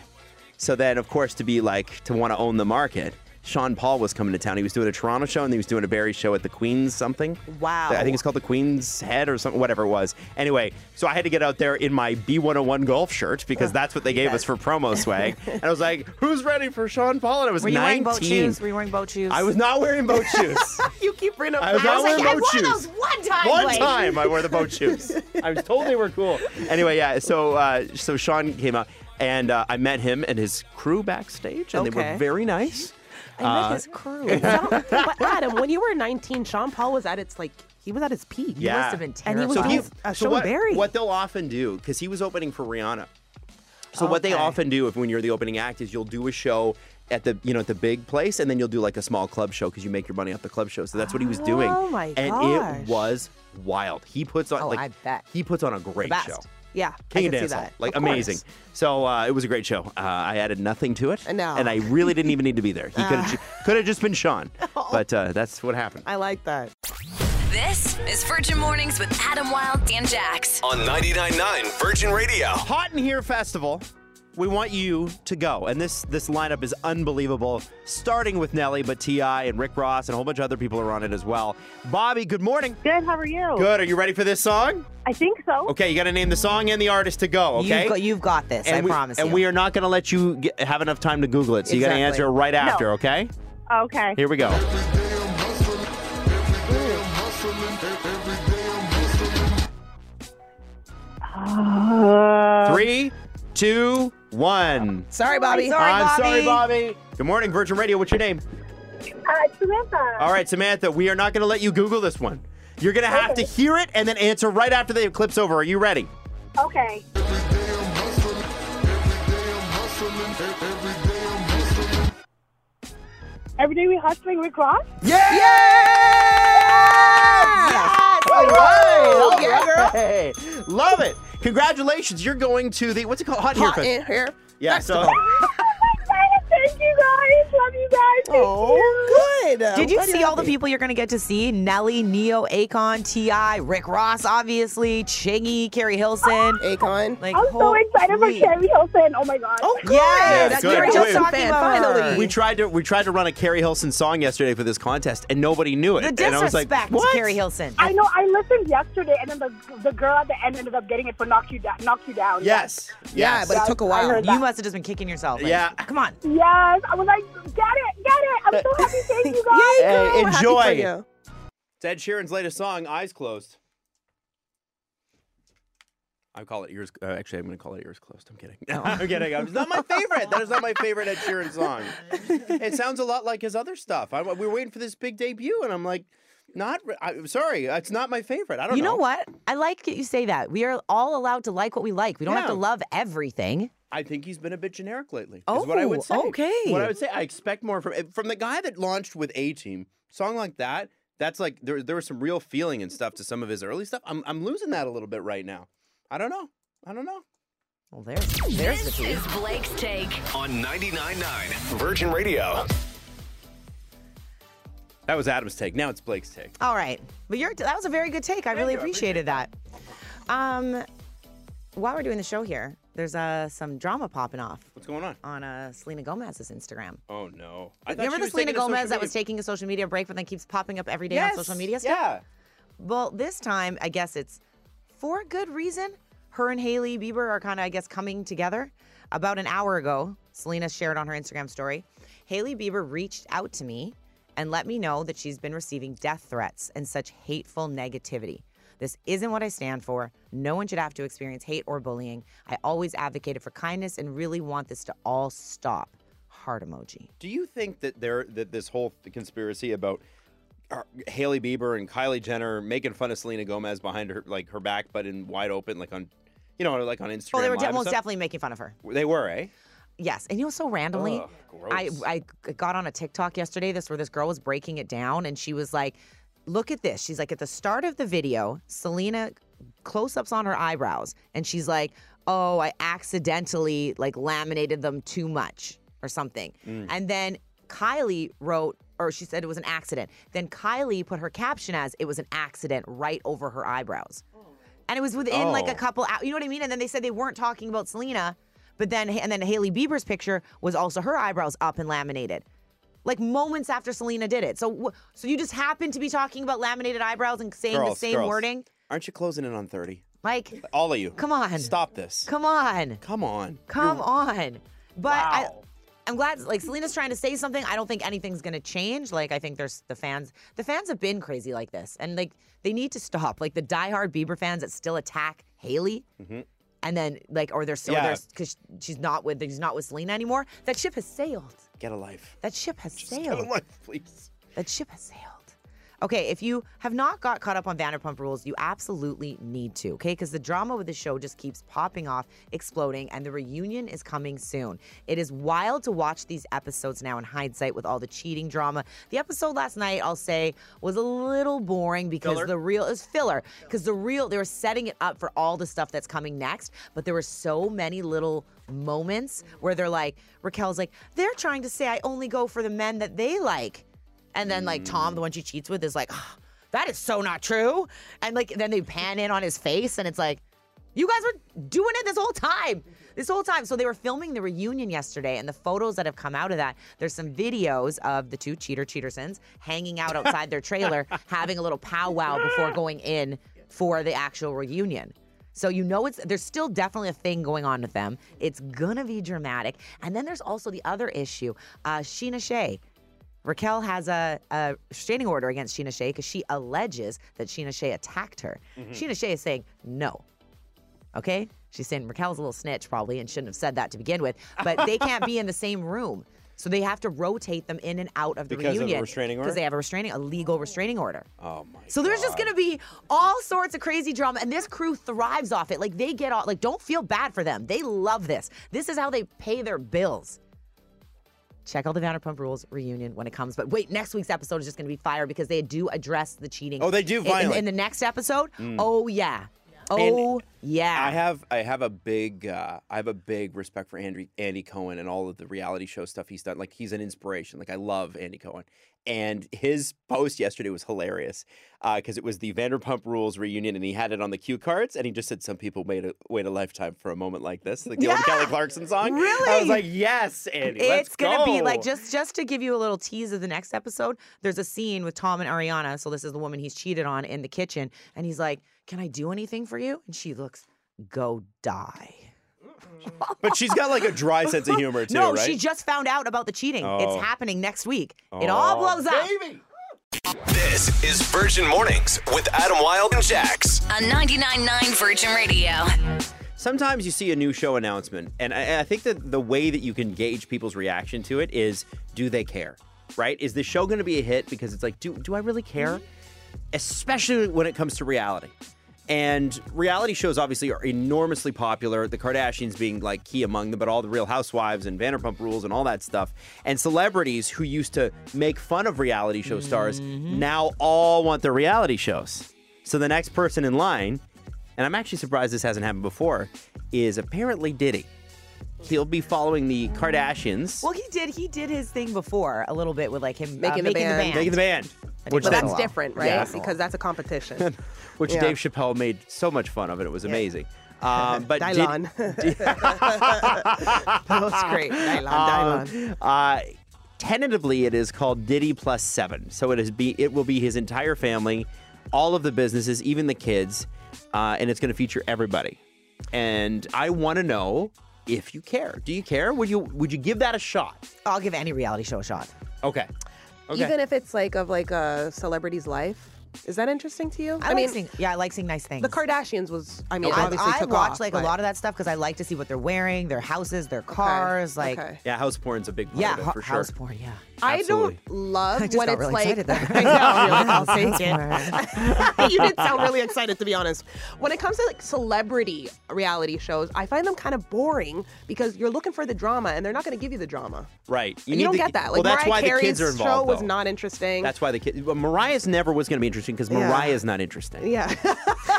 S7: So then, of course, to be like to want to own the market, Sean Paul was coming to town. He was doing a Toronto show, and he was doing a Barrie show at the Queen's something.
S6: Wow.
S7: I think it's called the Queen's Head or something, whatever it was. Anyway, so I had to get out there in my B101 golf shirt because that's what they gave us for promo swag. and I was like, "Who's ready for Sean Paul?" And I was
S8: Were you
S7: 19.
S8: wearing boat shoes? Were you wearing boat shoes?
S7: I was not wearing boat shoes.
S6: you keep bringing up.
S7: I was
S8: I
S7: not
S8: was like,
S7: wearing
S8: I
S7: boat
S8: wore
S7: shoes.
S8: those one time.
S7: One
S8: Blake.
S7: time I wore the boat shoes. I was told they were cool. Anyway, yeah. So uh, so Sean came out, and uh, I met him and his crew backstage, and they
S6: Okay.
S7: were very nice.
S6: I
S7: Uh,
S6: met his crew. but Adam, when you were 19, Sean Paul was at its like he was at his peak.
S7: Yeah.
S8: Must have been
S6: And
S8: terrible.
S6: he was
S7: So
S6: doing
S7: he-
S6: a
S7: Um, so
S6: show
S7: what,
S6: in Barry.
S7: what they'll often do, because he was opening for Rihanna. So what they
S8: Okay.
S7: often do if when you're the opening act is you'll do a show at the you know at the big place and then you'll do like a small club show because you make your money off the club show. So that's what he was doing.
S6: Oh, my
S7: and
S6: gosh.
S7: it was wild. He puts on
S8: Oh,
S7: like
S8: I bet.
S7: he puts on a great
S8: best.
S7: show.
S6: yeah,
S7: King
S6: I can
S7: of
S6: see
S7: Dance Hall.
S6: that.
S7: Like
S6: Of course.
S7: amazing. So uh, it was a great show. Uh, I added nothing to it,
S6: No. Uh.
S7: and I really didn't even need to be there. He could have could have just been Sean, but uh, that's what happened.
S6: I like that.
S1: This is Virgin Mornings with Adam Wilde and Jax.
S4: On 99.9 Virgin Radio.
S7: Hot in Here Festival. We want you to go, and this this lineup is unbelievable. Starting with Nelly, but Ti and Rick Ross and a whole bunch of other people are on it as well. Bobby, good morning.
S9: Good. How are you?
S7: Good. Are you ready for this song?
S9: I think so.
S7: Okay, you got to name the song and the artist to go. Okay.
S8: You've got, you've got this.
S7: and
S8: I
S7: we,
S8: promise.
S7: And
S8: you.
S7: we are not going to let you get, have enough time to Google it, so you got to
S8: Exactly.
S7: answer right after. Okay.
S9: Okay.
S7: Here we go.
S9: Uh,
S7: Three, two, one.
S6: Sorry, Bobby.
S8: Sorry,
S7: I'm sorry,
S8: Bobby.
S7: Bobby. Good morning, Virgin Radio. What's your name?
S9: uh, Samantha.
S7: All right, Samantha, we are not going to let you Google this one. You're going to have to hear it and then answer right after the clip's over. Are you ready?
S9: Okay. Every day we hustling, we cross.
S7: Yeah! Yes!
S6: All right.
S7: All
S6: Yeah.
S7: right. Love it. Congratulations. You're going to the, what's it called? Hot,
S6: Hot
S7: Fest.
S6: in here.
S7: Yeah, so
S9: Thank you guys. Love you guys. Thank you.
S6: Oh, good.
S8: Did you see all the people you're going to get to see? Nelly, Neo, Akon, T.I., Rick Ross, obviously, Chingy, Carrie Hilson.
S6: Akon?
S8: Like,
S9: I'm so excited for
S8: holy-
S9: Carrie Hilson. Oh my god.
S6: oh, good.
S8: Yes,
S7: Yeah,
S6: That's
S7: good.
S6: Carrie
S7: Good.
S6: Hilson
S8: Talking
S6: fan,
S8: about her.
S6: finally.
S7: we tried to we tried to run a Carrie Hilson song yesterday for this contest, and nobody knew it.
S8: The
S7: and I was like,
S8: disrespect to
S7: what?
S8: Carrie Hilson.
S9: I know. I listened yesterday, and then the the girl at the end ended up getting it for knock you down. Knock you down.
S7: Yes.
S6: yeah,
S7: Yes.
S6: but it took a while.
S9: heard
S8: You must have just been kicking yourself. Like,
S7: Yeah.
S8: Come on.
S9: Yes. I was like, get it, get it. I'm so happy. Thank you guys.
S7: Hey,
S6: Girl, happy for
S7: enjoy.
S6: you.
S7: It's Ed Sheeran's latest song, Eyes Closed. I call it ears. Uh, actually, I'm going to call it ears closed. I'm kidding. No, I'm kidding. I'm- It's not my favorite. That is not my favorite Ed Sheeran song. It sounds a lot like his other stuff. I, we were waiting for this big debut, and I'm like, not. re- I'm sorry. It's not my favorite. I don't
S8: You
S7: know.
S8: know what? I like that you say that. We are all allowed to like what we like. We don't have to
S7: Yeah.
S8: love everything.
S7: I think he's been a bit generic lately. is what I would say.
S8: Oh, okay.
S7: What I would say, I expect more from from the guy that launched with A Team song like that. That's like there there was some real feeling and stuff to some of his early stuff. I'm I'm losing that a little bit right now. I don't know. I don't know.
S8: Well, there's, there's the
S1: This
S8: tea.
S1: is Blake's take.
S4: on 99.9 Virgin Radio.
S7: That was Adam's take. Now it's Blake's take.
S8: All right. But you're, that was a very good take. I really
S7: you. I
S8: appreciated that. Um, while we're doing the show here, there's uh, some drama popping off
S7: What's going on?
S8: on uh, Selena Gomez's Instagram.
S7: Oh no! I thought
S8: Remember
S7: she
S8: the
S7: was taking
S8: Selena
S7: a social
S8: Gomez that
S7: media-
S8: was taking a social media break, but then keeps popping up every day
S7: yes.
S8: on social media stuff?
S7: Yeah.
S8: Well, this time, I guess it's for good reason. Her and Haley Bieber are kind of, I guess, coming together. About an hour ago, Selena shared on her Instagram story Haley Bieber reached out to me and let me know that she's been receiving death threats and such hateful negativity. This isn't what I stand for. No one should have to experience hate or bullying. I always advocated for kindness and really want this to all stop. Heart emoji.
S7: Do you think that there that this whole conspiracy about uh, Haley Bieber and Kylie Jenner making fun of Selena Gomez behind her like her back, but in wide open, like on you know, like on Instagram?
S8: Oh, they were
S7: Live
S8: de-
S7: and
S8: most
S7: stuff?
S8: definitely making fun of her.
S7: They were, eh?
S8: Yes, and you know, so randomly,
S7: Ugh,
S8: I
S7: gross.
S8: I g- got on a TikTok yesterday. This where this girl was breaking it down, and she was like, "Look at this." She's like, at the start of the video, Selena close-ups on her eyebrows, and she's like, "Oh, I accidentally like laminated them too much or something,"
S7: Mm.
S8: and then Kylie wrote. Or she said it was an accident. Then Kylie put her caption as it was an accident right over her eyebrows. And it was within like a
S7: Oh.
S8: couple hours. You know what I mean? And then they said they weren't talking about Selena, but then and then Haley Bieber's picture was also her eyebrows up and laminated. Like moments after Selena did it. So wh- so you just happened to be talking about laminated eyebrows and saying the
S7: Girls,
S8: same
S7: girls.
S8: wording?
S7: Aren't you closing in on thirty?
S8: Like
S7: All of you.
S8: Come on.
S7: Stop this.
S8: come on.
S7: Come on.
S8: Come on. But I,
S7: Wow.
S8: I'm glad, like, Selena's trying to say something. I don't think anything's going to change. Like, I think there's the fans, the fans have been crazy like this. And, like, they need to stop. Like, the diehard Bieber fans that still attack Haley. And then, like, or they're still
S7: Mm-hmm. Yeah.
S8: there's because she's not with, she's not with Selena anymore. That ship has sailed.
S7: Get a life.
S8: That ship has sailed.
S7: Get a life, please.
S8: That ship has sailed. Okay, if you have not got caught up on Vanderpump Rules, you absolutely need to, okay? Because the drama with the show just keeps popping off, exploding, and the reunion is coming soon. It is wild to watch these episodes now in hindsight with all the cheating drama. The episode last night, I'll say, was a little boring because the real is filler because the real they were setting it up for all the stuff that's coming next, but there were so many little moments where they're like Raquel's like they're trying to say I only go for the men that they like. And then like Tom, the one she cheats with, is like, "Ah, that is so not true. And like then they pan in on his face and it's like, you guys were doing it this whole time. This whole time. So they were filming the reunion yesterday, and the photos that have come out of that, there's some videos of the two cheater cheatersons hanging out outside their trailer, having a little powwow before going in for the actual reunion. So you know it's there's still definitely a thing going on with them. It's gonna be dramatic. And then there's also the other issue. Uh, Sheena Shea. Raquel has a, a restraining order against Sheena Shea because she alleges that Sheena Shea attacked her.
S7: Mm-hmm.
S8: Sheena Shea is saying no. Okay? She's saying Raquel's a little snitch probably and shouldn't have said that to begin with, but they can't be in the same room. So they have to rotate them in and out of the
S7: Because of the
S8: reunion
S7: restraining
S8: because
S7: order?
S8: they have a restraining, a legal restraining order.
S7: Oh my.
S8: So there's just gonna be all sorts of crazy drama, and this crew thrives off it. Like they get all like don't feel bad for them. They love this. This is how they pay their bills. Check out the Vanderpump Rules reunion when it comes. But wait, next week's episode is just gonna be fire because they do address the cheating.
S7: Oh, they do
S8: in- in,
S7: violent.
S8: in the next episode. Oh yeah.
S6: Oh yeah.
S10: I have I have a big uh, I have a big respect for Andy Andy Cohen and all of the reality show stuff he's done. Like he's an inspiration. Like I love Andy Cohen. And his post yesterday was hilarious because it was the Vanderpump Rules reunion, and he had it on the cue cards, and he just said, "Some people wait a, wait a lifetime for a moment like this," like the old Kelly Clarkson song. I
S8: Really?
S10: was like, "Yes, Andy, let's
S8: it's gonna be like
S10: go."
S8: just just to give you a little tease of the next episode. There's a scene with Tom and Ariana. So this is the woman he's cheated on in the kitchen, and he's like, "Can I do anything for you?" And she looks, "Go die."
S10: But she's got like a dry sense of humor too,
S8: no,
S10: right?
S8: she just found out about the cheating.
S10: Oh.
S8: It's happening next week. It all blows up.
S4: This is Virgin Mornings with Adam Wilde and Jax.
S1: on 99.9 Virgin Radio.
S7: sometimes you see a new show announcement, and I, and I think that the way that you can gauge people's reaction to it is do they care? Right? Is this show going to be a hit? Because it's like, do, do I really care? Especially when it comes to reality. And reality shows obviously are enormously popular, the Kardashians being like key among them, but all the real housewives and Vanderpump rules and all that stuff. And celebrities who used to make fun of reality show stars now all want their reality shows. So the next person in line and I'm actually surprised this hasn't happened before, is apparently Diddy. He'll be following the Kardashians,
S8: Well, he did. He did his thing before a little bit with like him uh,
S6: Making the
S8: making
S6: band.
S7: making the band, which,
S6: but
S7: they-
S8: didn't
S6: that's
S8: allow.
S6: different, right?
S7: Yeah.
S6: Because that's a competition.
S7: which
S6: Yeah.
S7: Dave Chappelle made so much fun of, and it was amazing. Um, but Did-
S6: Dylon. that was great. Dylon,
S7: um,
S6: Dylon.
S7: uh, tentatively, it is called Diddy Plus Seven. So it is be it will be his entire family, all of the businesses, even the kids, uh, and it's going to feature everybody. And I want to know if you care. Do you care? Would you would you give that a shot?
S8: I'll give any reality show a shot.
S7: Okay. Okay.
S6: Even if it's like of like a celebrity's life, is that interesting to you?
S8: I, like seeing, yeah, I like seeing nice things.
S6: the Kardashians was. I mean,
S8: I,
S6: obviously
S8: I
S6: took
S8: watch
S6: off,
S8: like a
S6: but-
S8: lot of that stuff because I like to see what they're wearing, their houses, their
S6: Okay,
S8: cars, like
S6: okay.
S7: Yeah, house porn's a big part
S8: yeah,
S7: of it
S8: ho-
S7: for sure.
S8: house porn, yeah.
S6: I don't
S7: Absolutely.
S6: love
S8: I just
S6: when
S8: got
S6: it's
S8: really
S6: like.
S8: excited there.
S6: I know, you're like, I'll
S8: House
S6: take it.
S8: porn.
S6: you did sound really excited to be honest. When it comes to like celebrity reality shows, I find them kind of boring because you're looking for the drama and they're not going to give you the drama.
S7: Right.
S6: You, don't
S7: the-
S6: get that.
S7: well,
S6: Like
S7: that's
S6: Mariah
S7: why
S6: Carey's
S7: the kids are involved.
S6: show was
S7: though.
S6: not interesting.
S7: That's why the kids. Well, Mariah's never was going to be interesting because Mariah's not interesting.
S6: yeah.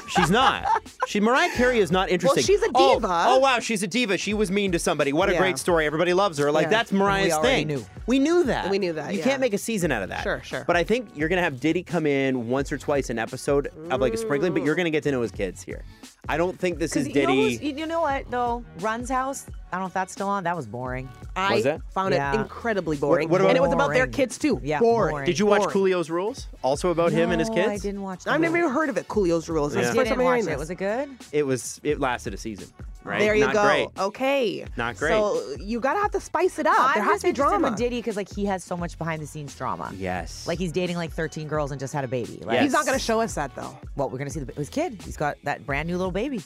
S7: She's not. She Mariah Carey is not interesting.
S6: she's a
S7: Oh,
S6: diva.
S7: Oh, wow, she's a diva. She was mean to somebody. What a
S6: Yeah.
S7: great story. Everybody loves her. Like
S6: Yeah.
S7: that's Mariah's
S8: already
S7: thing.
S8: knew.
S7: We knew that.
S6: We knew that,
S7: You
S6: yeah.
S7: can't make a season out of that.
S6: Sure, sure.
S7: But I think you're going to have Diddy come in once or twice an episode of like a sprinkling, but you're going to get to know his kids here. I don't think this is
S8: You know, who's-
S7: Diddy.
S8: you you know what though? Run's house. I don't know if that's still on. That was boring.
S6: I
S10: that?
S6: found
S8: Yeah.
S6: it incredibly boring.
S7: what about-
S6: and it was about their
S8: Boring.
S6: kids too.
S8: Yeah,
S6: boring.
S8: boring.
S7: Did you watch
S6: boring.
S7: Coolio's Rules? Also about him and his
S8: No,
S7: kids?
S8: I didn't watch.
S6: I've
S8: that.
S6: never even heard of it. Coolio's Rules. That's
S7: Yeah.
S6: the first
S8: Didn't
S6: time I'm hearing
S8: watch
S6: this.
S8: it. Was it good?
S7: It was it lasted a season. Right?
S6: There you
S7: Not
S6: go. Oh.
S7: great.
S6: Okay.
S7: Not great.
S6: So you gotta have to spice it up. there
S8: I'm
S6: has
S8: just
S6: to be
S8: interested
S6: drama.
S8: With Diddy because like he has so much behind the scenes drama.
S7: Yes.
S8: Like he's dating like 13 girls and just had a baby. Like,
S7: Yes.
S6: He's not gonna show us that though.
S8: Well, we're gonna see the, his kid. He's got that brand new little baby.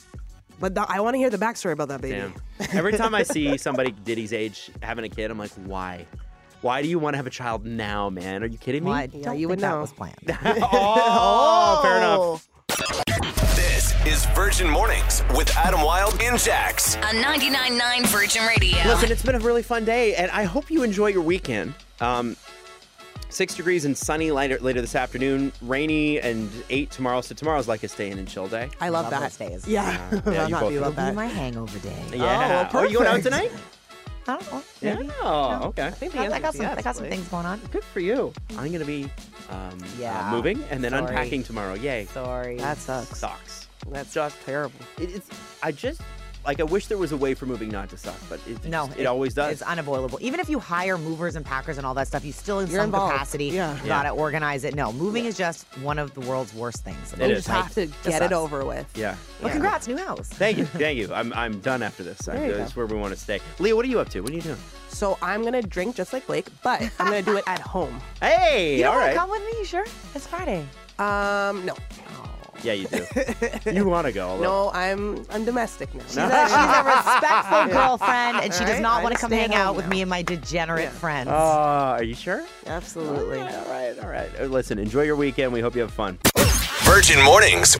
S6: But the, I want to hear the backstory about that baby.
S7: Damn. Every time I see somebody Diddy's age having a kid, I'm like, why? Why do you want to have a child now, man? Are you kidding me?
S8: Well, I don't
S6: you
S8: think
S6: would
S8: that
S6: know.
S8: was planned.
S7: Oh, fair enough.
S4: This is Virgin Mornings with Adam Wilde and Jax.
S1: On 99.9 Virgin Radio.
S7: Listen, it's been a really fun day, and I hope you enjoy your weekend. Um, six degrees and sunny later, later this afternoon, rainy and eight tomorrow. So tomorrow's like a stay in and chill day.
S6: I love,
S8: Love
S6: that.
S8: those days.
S6: Yeah,
S7: Yeah,
S6: I'm
S7: you both
S6: happy about
S8: It'll be
S6: that.
S8: my hangover day.
S7: Yeah. Oh, you going out tonight?
S8: I don't know.
S7: Yeah.
S8: Maybe.
S7: Oh, okay.
S8: I, I got some. I got some
S7: absolutely.
S8: things going on.
S7: Good for you. I'm gonna be um,
S8: Yeah.
S7: uh, moving and then
S8: Sorry.
S7: unpacking tomorrow. Yay.
S8: Sorry.
S6: That sucks.
S7: Socks.
S6: That's just terrible.
S7: It, it's. I just like. I wish there was a way for moving not to suck, but it,
S8: no,
S7: just- it, always does.
S8: It's unavoidable. Even if you hire movers and packers and all that stuff, you still in
S6: You're
S8: some
S6: involved.
S8: capacity
S6: Yeah.
S8: you gotta organize it. No, moving is just one of the world's worst things.
S7: It
S6: You
S7: is.
S6: just have to get
S8: sucks.
S6: it over with.
S7: yeah.
S8: But congrats, new house.
S7: Thank you, thank you. I'm, I'm done after this. I,
S6: you
S7: that's where we want to stay. Leah, what are you up to? What are you doing?
S6: So I'm gonna drink just like Blake, but I'm gonna do it at home.
S7: Hey,
S8: You don't
S7: all
S8: wanna
S7: right.
S8: come with me? You sure? It's Friday.
S6: Um, no,
S7: Yeah, you do. you want to go? although-
S6: no, I'm I'm domestic now.
S8: She's a, she's a respectful girlfriend, and she does
S6: Alright,
S8: not
S6: I
S8: want to
S6: just
S8: come
S6: stay
S8: hang
S6: home
S8: out with
S6: now.
S8: me and my degenerate
S6: Yeah.
S8: friends.
S7: Uh, are you sure?
S6: Absolutely.
S7: All right, all right. Uh, Listen, enjoy your weekend. We hope you have fun.
S4: Virgin Mornings